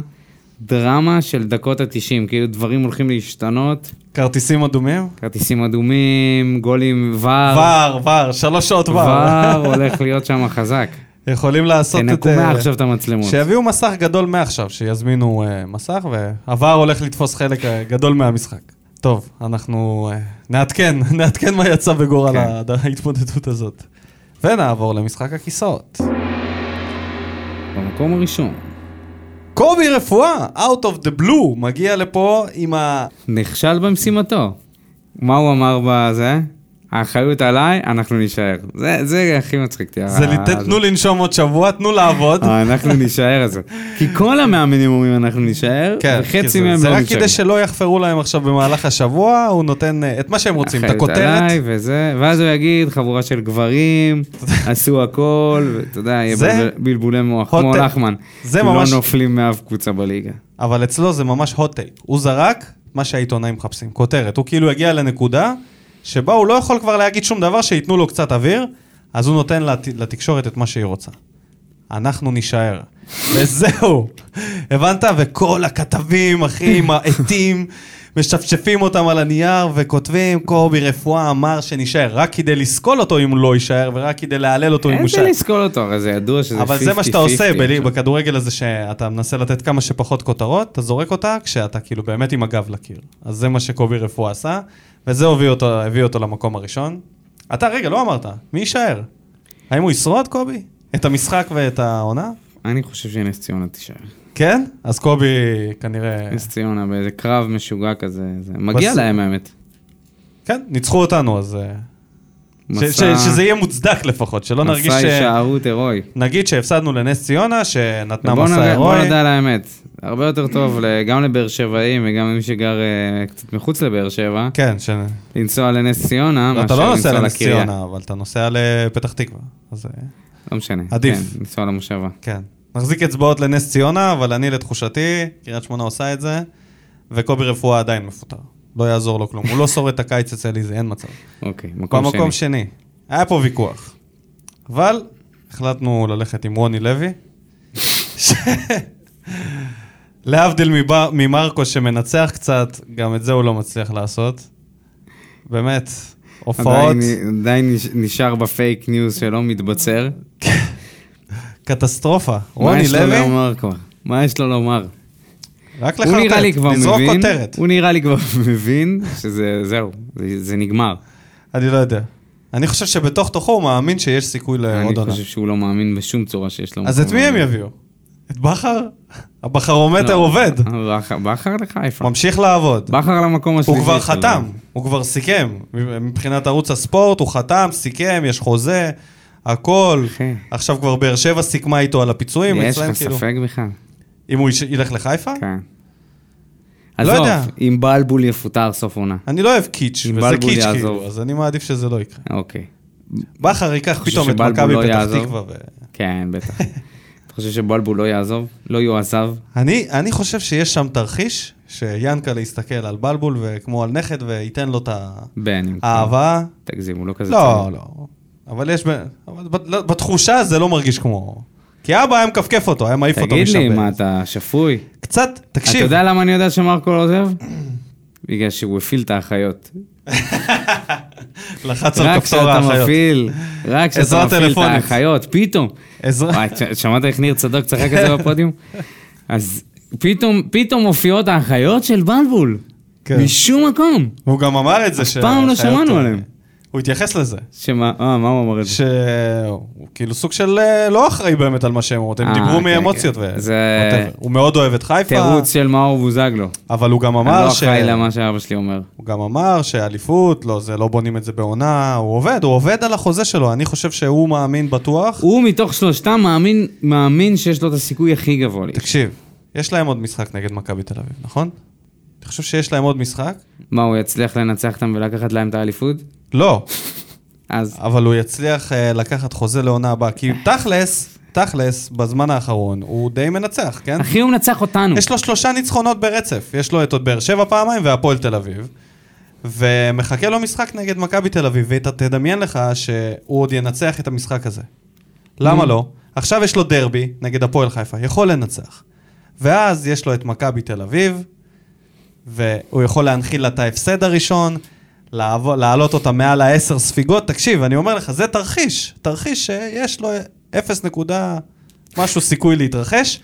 B: דרמה של דקות ה-90, כאילו דברים הולכים להשתנות,
A: כרטיסים אדומים?
B: כרטיסים אדומים, גולים, ור,
A: ור, ור, שלוש שעות ור.
B: ור הולך להיות שם חזק.
A: יכולים לעשות את...
B: תנקו
A: אה,
B: מעכשיו את המצלמות.
A: שיביאו מסך גדול מעכשיו, שיזמינו אה, מסך, והוואר הולך לתפוס חלק אה, גדול מהמשחק. טוב, אנחנו אה, נעדכן, [laughs] נעדכן מה יצא בגורל
B: כן.
A: ה- ההתמודדות הזאת. ונעבור למשחק הכיסאות.
B: במקום הראשון.
A: קובי רפואה, Out of the blue, מגיע לפה עם ה...
B: נכשל במשימתו. מה הוא אמר בזה? האחריות עליי, אנחנו נישאר. זה, זה הכי מצחיק אותי.
A: זה
B: ה-
A: לתת, תנו לנשום עוד שבוע, תנו לעבוד.
B: ה- אנחנו נישאר הזה. כי כל המאמנים אומרים אנחנו נישאר,
A: כן, כי
B: וחצי
A: זה-
B: מהם לא
A: זה
B: נשארים.
A: רק כדי שלא יחפרו להם עכשיו במהלך השבוע, הוא נותן אה, את מה שהם רוצים, את
B: אחריות
A: הכותרת.
B: עליי וזה, ואז הוא יגיד, חבורה של גברים, עשו הכל, ואתה יודע, יהיה
A: זה-
B: בלבל- בלבולי מוח,
A: hot
B: כמו
A: take.
B: לחמן.
A: זה ממש-
B: לא נופלים מאף קבוצה בליגה.
A: אבל אצלו זה ממש hot take. הוא זרק מה שהעיתונאים מחפשים, כותרת. הוא כאילו הגיע לנקודה שבה הוא לא יכול כבר להגיד שום דבר שייתנו לו קצת אוויר, אז הוא נותן לת... לתקשורת את מה שהיא רוצה. אנחנו נישאר. וזהו, הבנת? וכל הכתבים, אחי, עם העטים, משפשפים אותם על הנייר וכותבים, קובי רפואה אמר שנישאר, רק כדי לסקול אותו אם הוא לא יישאר, ורק כדי להלל אותו אם הוא
B: אין זה
A: יישאר.
B: לסקול אותו, הרי זה ידוע שזה כן. 50-50.
A: אבל זה מה שאתה עושה בלי- בכדורגל הזה, שאתה מנסה לתת כמה שפחות כותרות, אתה זורק אותה כשאתה כאילו באמת עם הגב לקיר. אז זה מה שקובי רפואה עשה, וזה הביא אותו, הביא אותו למקום הראשון. אתה, רגע, לא אמרת, מי יישאר? האם הוא ישרוד, קובי? את המשחק ואת העונה?
B: אני חושב שנס ציונה תישאר.
A: כן? אז קובי כנראה...
B: נס ציונה באיזה קרב משוגע כזה, זה מגיע
A: בס-
B: להם האמת.
A: כן, ניצחו אותנו, אז... אה, ש-
B: מסע-
A: ש- שזה יהיה מוצדק לפחות, שלא נרגיש...
B: מסע
A: ש-
B: הישארות הירואי.
A: נגיד שהפסדנו לנס ציונה, שנתנה
B: ובוא
A: מסע
B: נראה- בוא
A: הירואי.
B: נדע על האמת, הרבה יותר טוב ל- גם לבאר שבעים וגם למי שגר אה, קצת מחוץ לבאר שבע,
A: כן, ש...
B: לנסוע לנס ציונה,
A: לא, אתה לא
B: מאשר
A: נוסע
B: לנסוע
A: לנס
B: לקריה.
A: ציונה, אבל אתה נוסע לפתח תקווה. אז אה,
B: לא משנה.
A: עדיף.
B: כן, לנסוע למושבה.
A: כן. מחזיק אצבעות לנס ציונה, אבל אני לתחושתי, קריית שמונה עושה את זה, וקובי רפואה עדיין מפוטר. לא יעזור לו כלום. הוא לא שורד את הקיץ אצל איזי, אין מצב.
B: אוקיי, מקום שני.
A: במקום שני. היה פה ויכוח. אבל החלטנו ללכת עם רוני לוי. ש- להבדיל מבר- ממרקו שמנצח קצת, גם את זה הוא לא מצליח לעשות. באמת, הופעות.
B: עדיין, עדיין נש- נשאר בפייק ניוז שלא מתבצר.
A: קטסטרופה.
B: מה
A: רוני
B: יש לו
A: לוי,
B: לומר כבר? מה יש לו לומר?
A: רק
B: הוא נראה לי
A: לחרטט,
B: כבר
A: לזרוק
B: מבין,
A: כותרת.
B: הוא נראה לי כבר [laughs] מבין שזה, זהו, זה, זה נגמר.
A: אני לא יודע. אני חושב שבתוך תוכו הוא מאמין שיש סיכוי
B: אני
A: לעוד אה, עונה.
B: חושב שהוא לא מאמין בשום צורה שיש לו.
A: אז את מי הם יביאו? את בכר? הבכרומטר עובד,
B: בכר- בכר לחיפה.
A: ממשיך לעבוד.
B: לא. בכר למקום השלישי.
A: הוא כבר
B: שלו.
A: חתם, הוא כבר סיכם. מבחינת ערוץ הספורט, הוא חתם, סיכם, יש חוזה, הכל.
B: אחי.
A: עכשיו כבר באר שבע סיכמה איתו על הפיצויים,
B: יש
A: אצלהם
B: לך
A: כאילו...
B: ספק בכלל?
A: אם הוא יש- ילך לחיפה?
B: כן.
A: לא
B: עזוב,
A: יודע.
B: אם בלבול יפוטר סוף עונה.
A: אני לא אוהב קיץ',
B: אם
A: וזה
B: בלבול
A: קיץ'
B: יעזוב.
A: כאילו, אז אני מעדיף שזה לא יקרה.
B: אוקיי.
A: בכר ייקח
B: חושב
A: פתאום את
B: שבלבול
A: מכבי
B: לא
A: פתח
B: יעזוב?
A: תקווה ו...
B: כן,
A: [laughs]
B: בטח. אתה חושב שבלבול לא יעזוב? לא יועזב?
A: אני, אני חושב שיש שם תרחיש, שיאנקלה יסתכל על בלבול וכמו על נכד וייתן לו את ה-
B: בן, עם
A: האהבה.
B: תגזים, הוא לא כזה
A: אה, לא,
B: צעיר.
A: לא. אבל יש... ב- אבל בת- לא, בתחושה זה לא מרגיש כמו... כי אבא היה מכפכף אותו, היה מעיף אותו
B: תגיד
A: משם.
B: לי,
A: ב-
B: מה, אתה שפוי?
A: קצת,
B: אתה
A: תקשיב.
B: יודע למה אני יודע שמרקו
A: [clears throat]
B: לא עוזב? בגלל שהוא הפעיל את האחיות.
A: [laughs] לחץ על כפתור
B: רק כשאתה
A: האחיות.
B: מפעיל, רק
A: עזרה
B: כשאתה מפעיל את
A: טלפונית.
B: האחיות, פתאום.
A: עזרה-
B: וואי, ש- שמעת איך ניר צדוק צחק
A: [laughs]
B: על זה בפודיום? אז פתאום, פתאום מופיעות האחיות של בלבול.
A: כן.
B: משום מקום.
A: הוא גם אמר את זה ש...
B: פעם לא
A: שהחיות-
B: שמענו עליהם.
A: הוא התייחס לזה.
B: שמה, אה, מה הוא אמר את זה?
A: שהוא כאילו סוג של אה, לא אחראי באמת על מה שהם אומרות, הם
B: אה,
A: דיברו
B: כן,
A: מאמוציות.
B: כן.
A: ו-
B: זה-
A: whatever. הוא מאוד אוהב את חיפה,
B: תירוץ של מאור בוזגלו.
A: אבל הוא גם
B: אני
A: אמר
B: לא
A: ש...
B: אחראי למה שאבא שלי אומר.
A: הוא גם אמר שאליפות, לא, זה לא בונים את זה בעונה, הוא עובד, הוא עובד על החוזה שלו, אני חושב שהוא מאמין בטוח.
B: הוא מתוך שלושתם מאמין, מאמין שיש לו את הסיכוי הכי גבוה לי.
A: תקשיב, יש להם עוד משחק נגד מכבי תל אביב, נכון? אתה חושב שיש להם עוד משחק?
B: מה, הוא יצליח לנצח אותם ולקחת להם את האליפות?
A: לא,
B: אז
A: אבל הוא יצליח אה, לקחת חוזה לעונה הבאה, כי תכלס, תכלס, בזמן האחרון, הוא די מנצח, כן?
B: אחי, הוא מנצח אותנו.
A: יש לו שלושה ניצחונות ברצף. יש לו את עוד באר שבע פעמיים והפועל תל אביב. ומחכה לו משחק נגד מכבי תל אביב, ואתה תדמיין לך שהוא עוד ינצח את המשחק הזה. למה לא? עכשיו יש לו דרבי נגד הפועל חיפה, יכול לנצח. ואז יש לו את מכבי תל אביב, והוא יכול להנחיל לה את ההפסד הראשון, לעבור- להעלות אותה מעל העשר ספיגות. תקשיב, אני אומר לך, זה תרחיש, תרחיש שיש לו 0 נקודה משהו סיכוי להתרחש,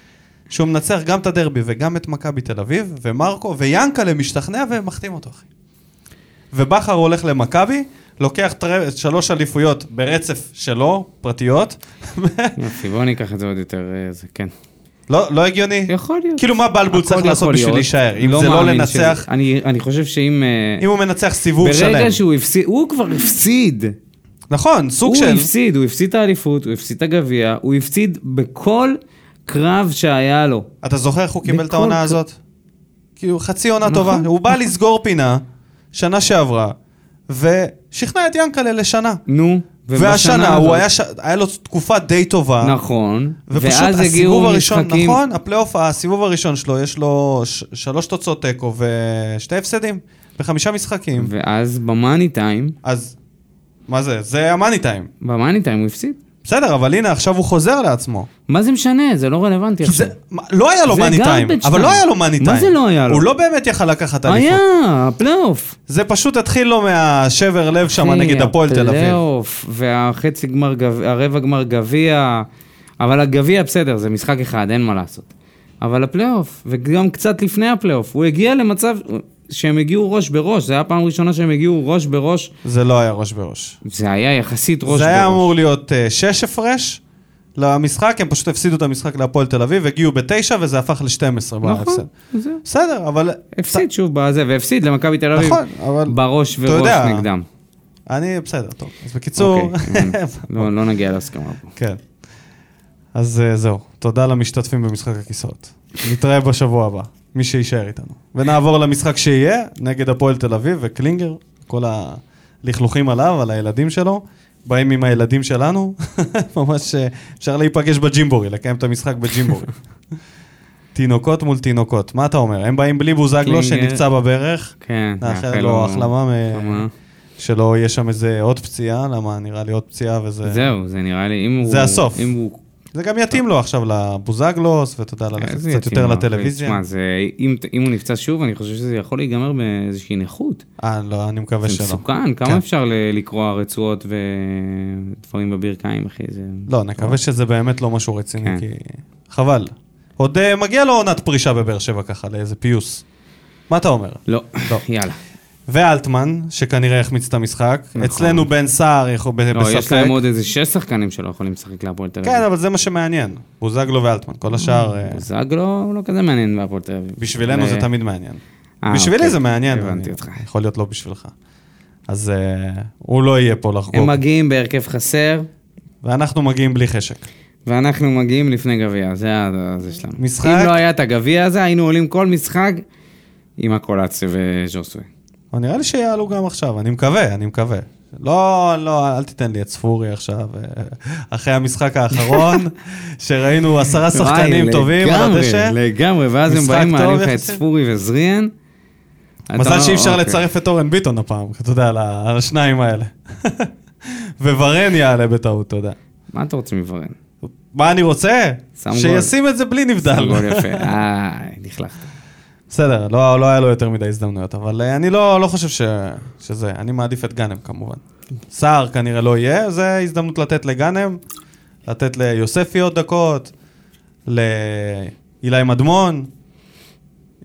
A: שהוא מנצח גם את הדרבי וגם את מכבי תל אביב, ומרקו, ויאנקלה משתכנע ומחתים אותו, אחי. ובכר הולך למכבי, לוקח טר... שלוש אליפויות ברצף שלו, פרטיות. [laughs]
B: יופי, בואו ניקח את זה עוד יותר, אה, זה כן.
A: לא, לא הגיוני?
B: יכול להיות.
A: כאילו מה בלבול
B: הכל
A: צריך לעשות
B: יכול
A: בשביל
B: להיות.
A: להישאר? אם זה לא
B: מאמין
A: לנצח,
B: שזה- אני אני חושב שאם... אה,
A: אם הוא מנצח סיבוב שלם.
B: ברגע שהוא הפסיד, הוא כבר הפסיד.
A: נכון, סוג
B: הוא
A: של...
B: הפסיד, הוא הפסיד את האליפות, הוא הפסיד את הגביע, הוא הפסיד בכל קרב שהיה לו.
A: אתה זוכר איך הוא קיבל את
B: בכל
A: העונה
B: ק-
A: הזאת? כאילו, חצי עונה
B: נכון,
A: טובה. הוא בא
B: נכון.
A: לסגור פינה, שנה שעברה, ושכנע את ינקלה לשנה.
B: נו, ובשנה
A: והשנה הוא
B: הזאת-
A: היה, ש... היה לו תקופה די טובה.
B: נכון,
A: ופשוט
B: ואז
A: הסיבוב
B: הגיעו
A: הראשון,
B: משחקים...
A: נכון, הפלייאוף, הסיבוב הראשון שלו, יש לו ש- שלוש תוצאות תיקו ושתי הפסדים בחמישה משחקים.
B: ואז במאני טיים,
A: אז מה זה? זה המאני טיים.
B: במאני טיים הוא הפסיד.
A: בסדר, אבל הנה, עכשיו הוא חוזר לעצמו.
B: מה זה משנה? זה לא רלוונטי עכשיו.
A: זה, מה- לא היה לו
B: זה
A: מאני
B: garbage
A: טיים, אבל
B: time.
A: לא היה לו מאני טיים.
B: מה זה לא היה לו?
A: הוא לא באמת יכל לקחת אליפות.
B: היה, הפלייאוף.
A: זה פשוט התחיל לו מהשבר לב שם נגד הפועל תל אביב.
B: הפלייאוף, והחצי גמר גביע, הרבע גמר גביע, אבל הגביע בסדר, זה משחק אחד, אין מה לעשות. אבל הפלייאוף, וגם קצת לפני הפלייאוף, הוא הגיע למצב שהם הגיעו ראש בראש, זו הייתה פעם ראשונה שהם הגיעו ראש בראש,
A: זה לא היה ראש בראש.
B: זה היה יחסית ראש בראש.
A: זה היה אמור להיות אה, שש הפרש למשחק, הם פשוט הפסידו את המשחק להפועל תל אביב, הגיעו בתשע וזה הפך ל-12
B: נכון,
A: בהפסד.
B: זהו.
A: בסדר, אבל...
B: הפסיד שוב בזה, והפסיד למכבי תל אביב.
A: נכון, אבל-
B: בראש
A: אתה
B: וראש
A: יודע.
B: נגדם.
A: אני, בסדר, טוב. אז בקיצור... [laughs]
B: אוקיי, הבנתי. לא לא נגיע להסכמה פה.
A: כן. אז אה, זהו, תודה למשתתפים במשחק הכיסאות. נתראה בשבוע הבא, מי שיישאר איתנו. ונעבור למשחק שיהיה, נגד הפועל תל אביב וקלינגר, כל הלכלוכים עליו, על הילדים שלו. באים עם הילדים שלנו, [laughs] ממש אה, אפשר להיפגש בג'ימבורי, לקיים את המשחק
B: [laughs]
A: בג'ימבורי. תינוקות מול תינוקות, מה אתה אומר? הם באים בלי בוזגלו
B: קלינגר.
A: שנפצע בברך,
B: כן,
A: נאחל לו החלמה, מ- שלא יהיה שם איזה עוד פציעה, למה נראה לי עוד פציעה וזה...
B: זהו, זה נראה לי, אם הוא...
A: זה הסוף.
B: אם הוא...
A: זה גם יתאים לו עכשיו לבוזגלוס, ואתה יודע, ללכת
B: איזה
A: קצת
B: יתאים
A: יותר
B: לו.
A: לטלוויזיה.
B: תשמע, זה- אם- אם הוא נפצע שוב, אני חושב שזה יכול להיגמר באיזושהי נכות.
A: אה, לא, אני מקווה
B: זה
A: שלא.
B: מסוכן,
A: כן.
B: כמה אפשר ל- לקרוע רצועות ודברים בברכיים, אחי? זה...
A: לא, נקווה שזה באמת לא משהו רציני,
B: כן.
A: כי... חבל. עוד אה, מגיע לו עונת פרישה בבאר שבע ככה, לאיזה פיוס. מה אתה אומר?
B: לא,
A: לא.
B: [laughs] יאללה.
A: ואלטמן, שכנראה החמיץ את המשחק.
B: נכון.
A: אצלנו בן סער יכול- ב-
B: לא, יש
A: בספק.
B: להם עוד איזה שש שחקנים שלא יכולים לשחק להפועל תל
A: כן,
B: אביב.
A: אבל זה מה שמעניין. בוזגלו ואלטמן. כל השאר, אה,
B: זגלו הוא לא כזה מעניין בהפועל תל אביב.
A: בשבילנו
B: אבל,
A: זה
B: אה,
A: תמיד מעניין.
B: אה,
A: בשבילי
B: אוקיי,
A: זה מעניין.
B: הבנתי
A: אני-
B: אותך.
A: יכול להיות לא בשבילך. אז אה, הוא לא יהיה פה לחגוג.
B: הם מגיעים בהרכב חסר,
A: ואנחנו מגיעים בלי חשק.
B: ואנחנו מגיעים לפני גביע, זה ה- זה שלנו.
A: משחק-
B: אם לא היה את הגביע הזה, היינו עולים כל משחק עם הקולציה וז'וסווה.
A: אבל נראה לי שיעלו גם עכשיו, אני מקווה, אני מקווה. לא, לא, אל תיתן לי את ספורי עכשיו, אה, אחרי המשחק
B: [laughs]
A: האחרון, שראינו עשרה שחקנים
B: וואי,
A: טובים על
B: לגמרי,
A: הדשא.
B: לגמרי, ואז הם
A: משחק
B: באים,
A: טוב
B: מעלים לך את
A: יחסית.
B: ספורי וזריאן. אתה
A: מזל
B: אומר,
A: שאי אפשר
B: אוקיי.
A: לצרף את אורן ביטון הפעם, אתה יודע, על ה- על השניים האלה. [laughs] וורן יעלה בטעות, אתה יודע.
B: מה אתה רוצה מוורן?
A: מה אני רוצה?
B: שם גול.
A: שישים את זה בלי נבדל.
B: גול יפה. אה, נכלכת.
A: בסדר, לא לא היה לו יותר מדי הזדמנויות, אבל אה, אני לא לא חושב ש- שזה, אני מעדיף את גאנם כמובן. סער כנראה לא יהיה, זה הזדמנות לתת לגאנם, לתת ליוספי עוד דקות, לאילי מדמון,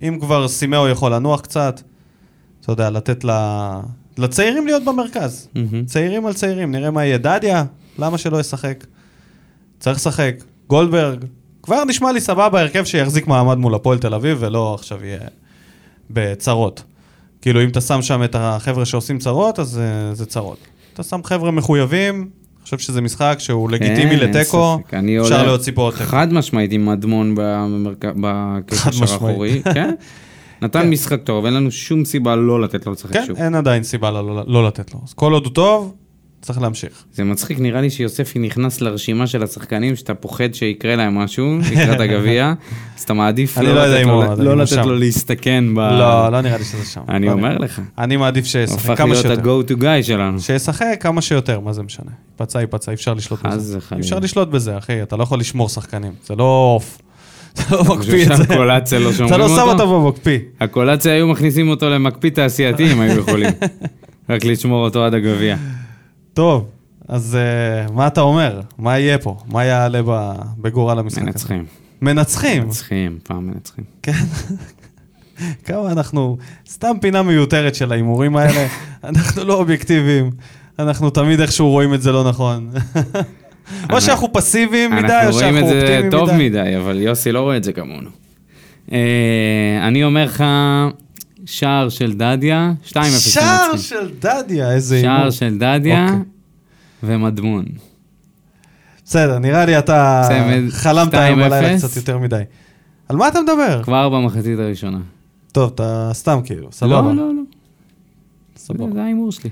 A: אם כבר סימאו יכול לנוח קצת, אתה יודע, לתת ל... לצעירים להיות במרכז.
B: מהמם.
A: צעירים על צעירים, נראה מה יהיה. דדיה, למה שלא ישחק? צריך לשחק. גולדברג, כבר נשמע לי סבבה הרכב שיחזיק מעמד מול הפועל תל אביב, ולא עכשיו יהיה בצרות. כאילו, אם אתה שם שם את החבר'ה שעושים צרות, אז אה, זה צרות. אתה שם חבר'ה מחויבים, אני חושב שזה משחק שהוא לגיטימי
B: כן, אין, אין
A: לתיקו,
B: ספק. אני
A: אפשר
B: עולה
A: להוציא פה עוד תיקו.
B: חד משמעית עם מדמון במרכ- בקשר
A: משמעית.
B: האחורי,
A: [laughs]
B: כן? נתן משחק טוב, אין לנו שום סיבה לא לתת לו לשחק
A: כן,
B: שוב.
A: אין עדיין סיבה לא, לא, לא לתת לו. אז כל עוד הוא טוב, צריך להמשיך.
B: זה מצחיק, נראה לי שיוספי נכנס לרשימה של השחקנים שאתה פוחד שיקרה להם משהו לקראת
A: [laughs]
B: הגביע, אז אתה מעדיף
A: אני לא יודע
B: לתת
A: אם
B: לו-
A: הוא עוד,
B: לא
A: אני
B: לתת
A: שם.
B: לו להסתכן ב...
A: לא, לא נראה לי שזה שם.
B: אה. אני
A: לא
B: אומר
A: נראה.
B: לך.
A: אני מעדיף שישחק
B: הופך
A: כמה
B: להיות
A: שיותר.
B: ה-go to guy שלנו.
A: שישחק כמה שיותר, מה זה משנה? ייפצע, ייפצע, אי אפשר לשלוט
B: חס
A: בזה.
B: וחלילה.
A: אי אפשר לשלוט בזה, אחי, אתה לא יכול לשמור שחקנים. זה לא עוף. [laughs] אתה לא מקפיא את
B: ששם
A: זה.
B: קולציה לא
A: אתה
B: שומרים
A: לא שם
B: אותו?
A: אותו במקפיא.
B: הקולציה היו מכניסים אותו למקפיא תעשייתי אם היו
A: [laughs]
B: יכולים. רק לשמור אותו עד הגביע.
A: טוב, אז אה, מה אתה אומר? מה יהיה פה? מה יעלה ב- בגורל המשחק הזה?
B: מנצחים,
A: מנצחים.
B: מנצחים, פעם מנצחים.
A: כן. כמה אנחנו, סתם פינה מיותרת של ההימורים האלה, אנחנו לא אובייקטיביים, אנחנו תמיד איכשהו רואים את זה לא
B: [laughs]
A: נכון. או שאנחנו פסיביים מדי,
B: אנחנו
A: או שאנחנו
B: רואים
A: אופטימיים
B: את
A: מדי.
B: זה טוב מדי, אבל יוסי לא רואה את זה כמונו. אה, אני אומר לך, שער של דדיה, 2-0
A: שער
B: מנצחים.
A: של דדיה, איזה הימור.
B: שער של דדיה
A: אוקיי.
B: ומדמון.
A: בסדר, נראה לי אתה
B: צמד,
A: חלמת
B: 2-0.
A: היום בלילה קצת יותר מדי. על מה אתה מדבר?
B: כבר במחצית הראשונה.
A: טוב, אתה סתם כאילו,
B: לא,
A: סבבה.
B: לא, לא.
A: סבבה.
B: זה ההימור שלי.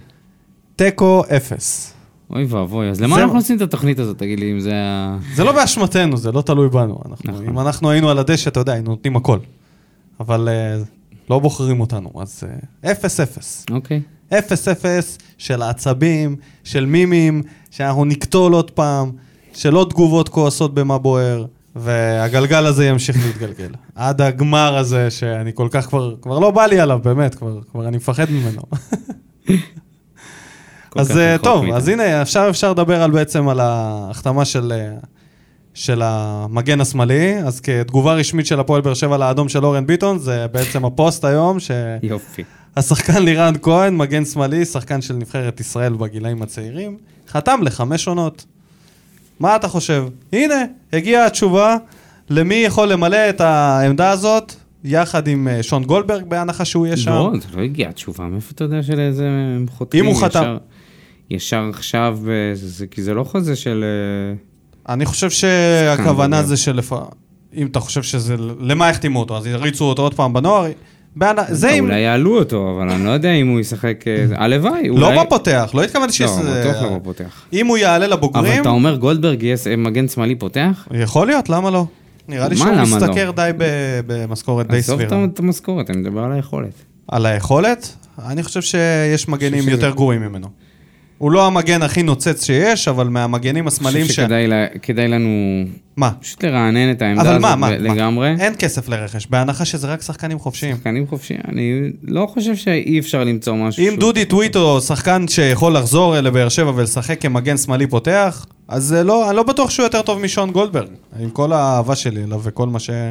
A: תיקו אפס.
B: אוי ואבוי, אז למה
A: זה-
B: אנחנו עושים את התוכנית הזאת, תגיד לי, אם זה ה...
A: זה לא באשמתנו, זה לא תלוי בנו. אנחנו,
B: נכון.
A: אם אנחנו היינו על הדשא, אתה יודע, היינו נותנים הכל. אבל אה, לא בוחרים אותנו, אז אה, אפס אפס.
B: אוקיי.
A: אפס אפס של העצבים, של מימים, שאנחנו נקטול עוד פעם, של עוד תגובות כועסות במה בוער, והגלגל הזה ימשיך להתגלגל. [laughs] עד הגמר הזה, שאני כל כך כבר, כבר לא בא לי עליו, באמת, כבר, כבר אני מפחד ממנו.
B: [laughs] כל כך
A: אז אה,
B: רחוק
A: טוב,
B: מאיתנו.
A: אז הנה, עכשיו אפשר לדבר על בעצם על ההחתמה של, אה, של המגן השמאלי. אז כתגובה רשמית של הפועל באר שבע לאדום של אורן ביטון, זה בעצם הפוסט היום,
B: יופי.
A: שהשחקן לירן כהן, מגן שמאלי, שחקן של נבחרת ישראל בגילאים הצעירים, חתם לחמש עונות. מה אתה חושב? הנה, הגיעה התשובה למי יכול למלא את העמדה הזאת, יחד עם אה, שון גולדברג, בהנחה שהוא יהיה שם.
B: לא, זה לא הגיע התשובה, מאיפה אתה יודע שלאיזה הם חותמים?
A: אם הוא חתם.
B: ישר- ישר עכשיו, אה, זה- זה- כי זה לא חוזה של... אה,
A: אני חושב שהכוונה
B: מדהים.
A: זה שלפ... אם אתה חושב שזה... למה החתימו אותו? אז יריצו אותו עוד פעם בנוער? בהנ... זה אם...
B: אולי יעלו אותו, אבל אני לא יודע אם הוא ישחק... אה, הלוואי, אולי...
A: לא בפותח, לא התכוונתי
B: לא,
A: שזה...
B: בטוח לא בפותח.
A: אם הוא יעלה
B: אבל
A: לבוגרים,
B: אתה אומר גולדברג יהיה ס- מגן שמאלי פותח?
A: יכול להיות, למה לא? נראה לי
B: מה
A: שהוא
B: למה לא?
A: משתכר די ב- במשכורת די
B: עזוב את
A: סבירה.
B: ה- את המשכורת, אני מדבר על היכולת.
A: על היכולת? אני חושב שיש מגנים
B: שזה-
A: יותר גרועים ממנו. הוא לא המגן הכי נוצץ שיש, אבל מהמגנים השמאליים
B: אני
A: ש...
B: חושב שכדאי ל- כדאי לנו
A: מה?
B: פשוט לרענן את העמדה
A: אבל
B: הזאת
A: מה, מה?
B: ב-
A: מה?
B: לגמרי.
A: אין כסף לרכש, בהנחה שזה רק שחקנים חופשיים.
B: שחקנים חופשיים, אני לא חושב שאי אפשר למצוא משהו.
A: אם
B: שהוא-
A: דודי טוויטו שחקן שיכול לחזור לבאר שבע ולשחק כמגן שמאלי פותח, אז זה לא, אני לא בטוח שהוא יותר טוב משון גולדברג. עם כל האהבה שלי אליו וכל מה ש...
B: אה,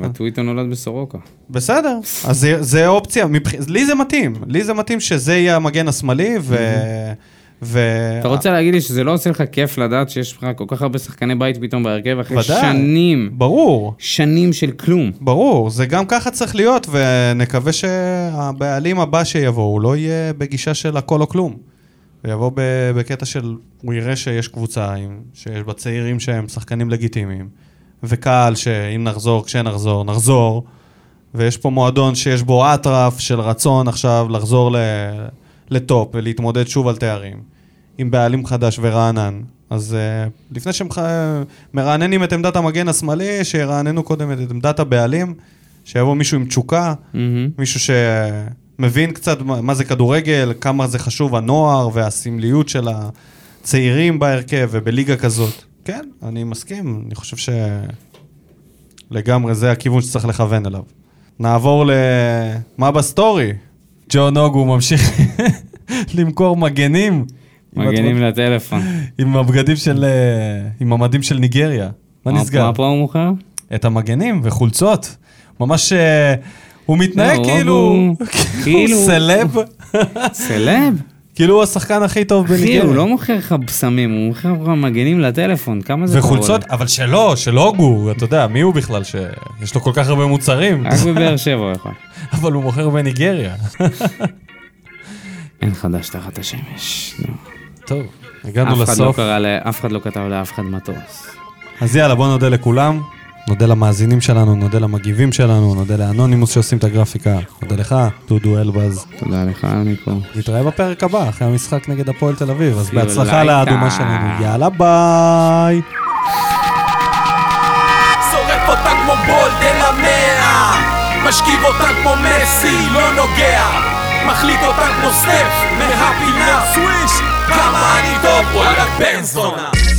B: אבל טוויטו נולד
A: אה.
B: בסורוקה.
A: בסדר, אז זה, זה אופציה. מבח... לי זה מתאים. לי זה מתאים שזה יהיה המגן השמאלי, ו... ו...
B: אתה רוצה להגיד לי שזה לא עושה לך כיף לדעת שיש לך כל כך הרבה שחקני בית פתאום בהרכב אחרי
A: ודאי.
B: שנים,
A: ברור,
B: שנים של כלום.
A: ברור. זה גם ככה צריך להיות, ונקווה שהבעלים הבא שיבוא, הוא לא יהיה בגישה של הכל או כלום. הוא יבוא ב- בקטע של, הוא יראה שיש קבוצה, עם- שיש בה צעירים שהם שחקנים לגיטימיים, וקהל שאם נחזור, כשנחזור, נחזור, ויש פה מועדון שיש בו אטרף של רצון עכשיו לחזור ל- לטופ ולהתמודד שוב על תארים, עם בעלים חדש ורענן. אז uh, לפני שמרעננים את עמדת המגן השמאלי, שירעננו קודם את עמדת הבעלים, שיבוא מישהו עם תשוקה,
B: מהמם.
A: מישהו שמבין קצת מה מה זה כדורגל, כמה זה חשוב הנוער והסמליות של הצעירים בהרכב ובליגה כזאת. כן, אני מסכים, אני חושב ש... לגמרי זה הכיוון שצריך לכוון אליו. נעבור ל... מה בסטורי? ג'ון אוגו ממשיך [laughs] למכור מגנים.
B: מגנים לטלפון.
A: עם הבגדים של... אה, עם המדים של ניגריה. מה נסגר?
B: מה פה הוא מוכר?
A: את המגנים וחולצות. ממש... אה, הוא מתנהג
B: לא,
A: כאילו...
B: הוא-
A: [laughs] כאילו
B: כאילו-
A: סלב. [laughs]
B: סלב?
A: כאילו הוא השחקן הכי טוב
B: אחי,
A: בניגריה.
B: הוא לא מוכר לך בסמים, הוא מוכר לך מגנים לטלפון, כמה זה קורה?
A: וחולצות, אבל שלא, של הוגו, אתה יודע, מי הוא בכלל שיש לו כל כך הרבה מוצרים,
B: רק בבאר שבע הוא יכול.
A: אבל הוא מוכר בניגריה.
B: אין חדש תחת השמש. נו.
A: טוב, הגענו
B: אף אחד לא
A: לסוף.
B: קרא ל- אף אחד לא כתב לאף אחד מטוס.
A: אז יאללה, בוא נודה לכולם. נודה למאזינים שלנו, נודה למגיבים שלנו, נודה לאנונימוס שעושים את הגרפיקה, נודה לך, דודו אלבז.
B: תודה לך, אלמיקו.
A: נתראה בפרק הבא, אחרי המשחק נגד הפועל תל אביב, אז
B: See you
A: בהצלחה
B: later.
A: לאדומה שלנו. יאללה, ביי!
D: שורף אותה כמו בולדן המאה משכיב אותה כמו מסי, לא נוגע מחליט אותה כמו סטף מהפינה סוויש כמה אני טוב, וואלה בן זונה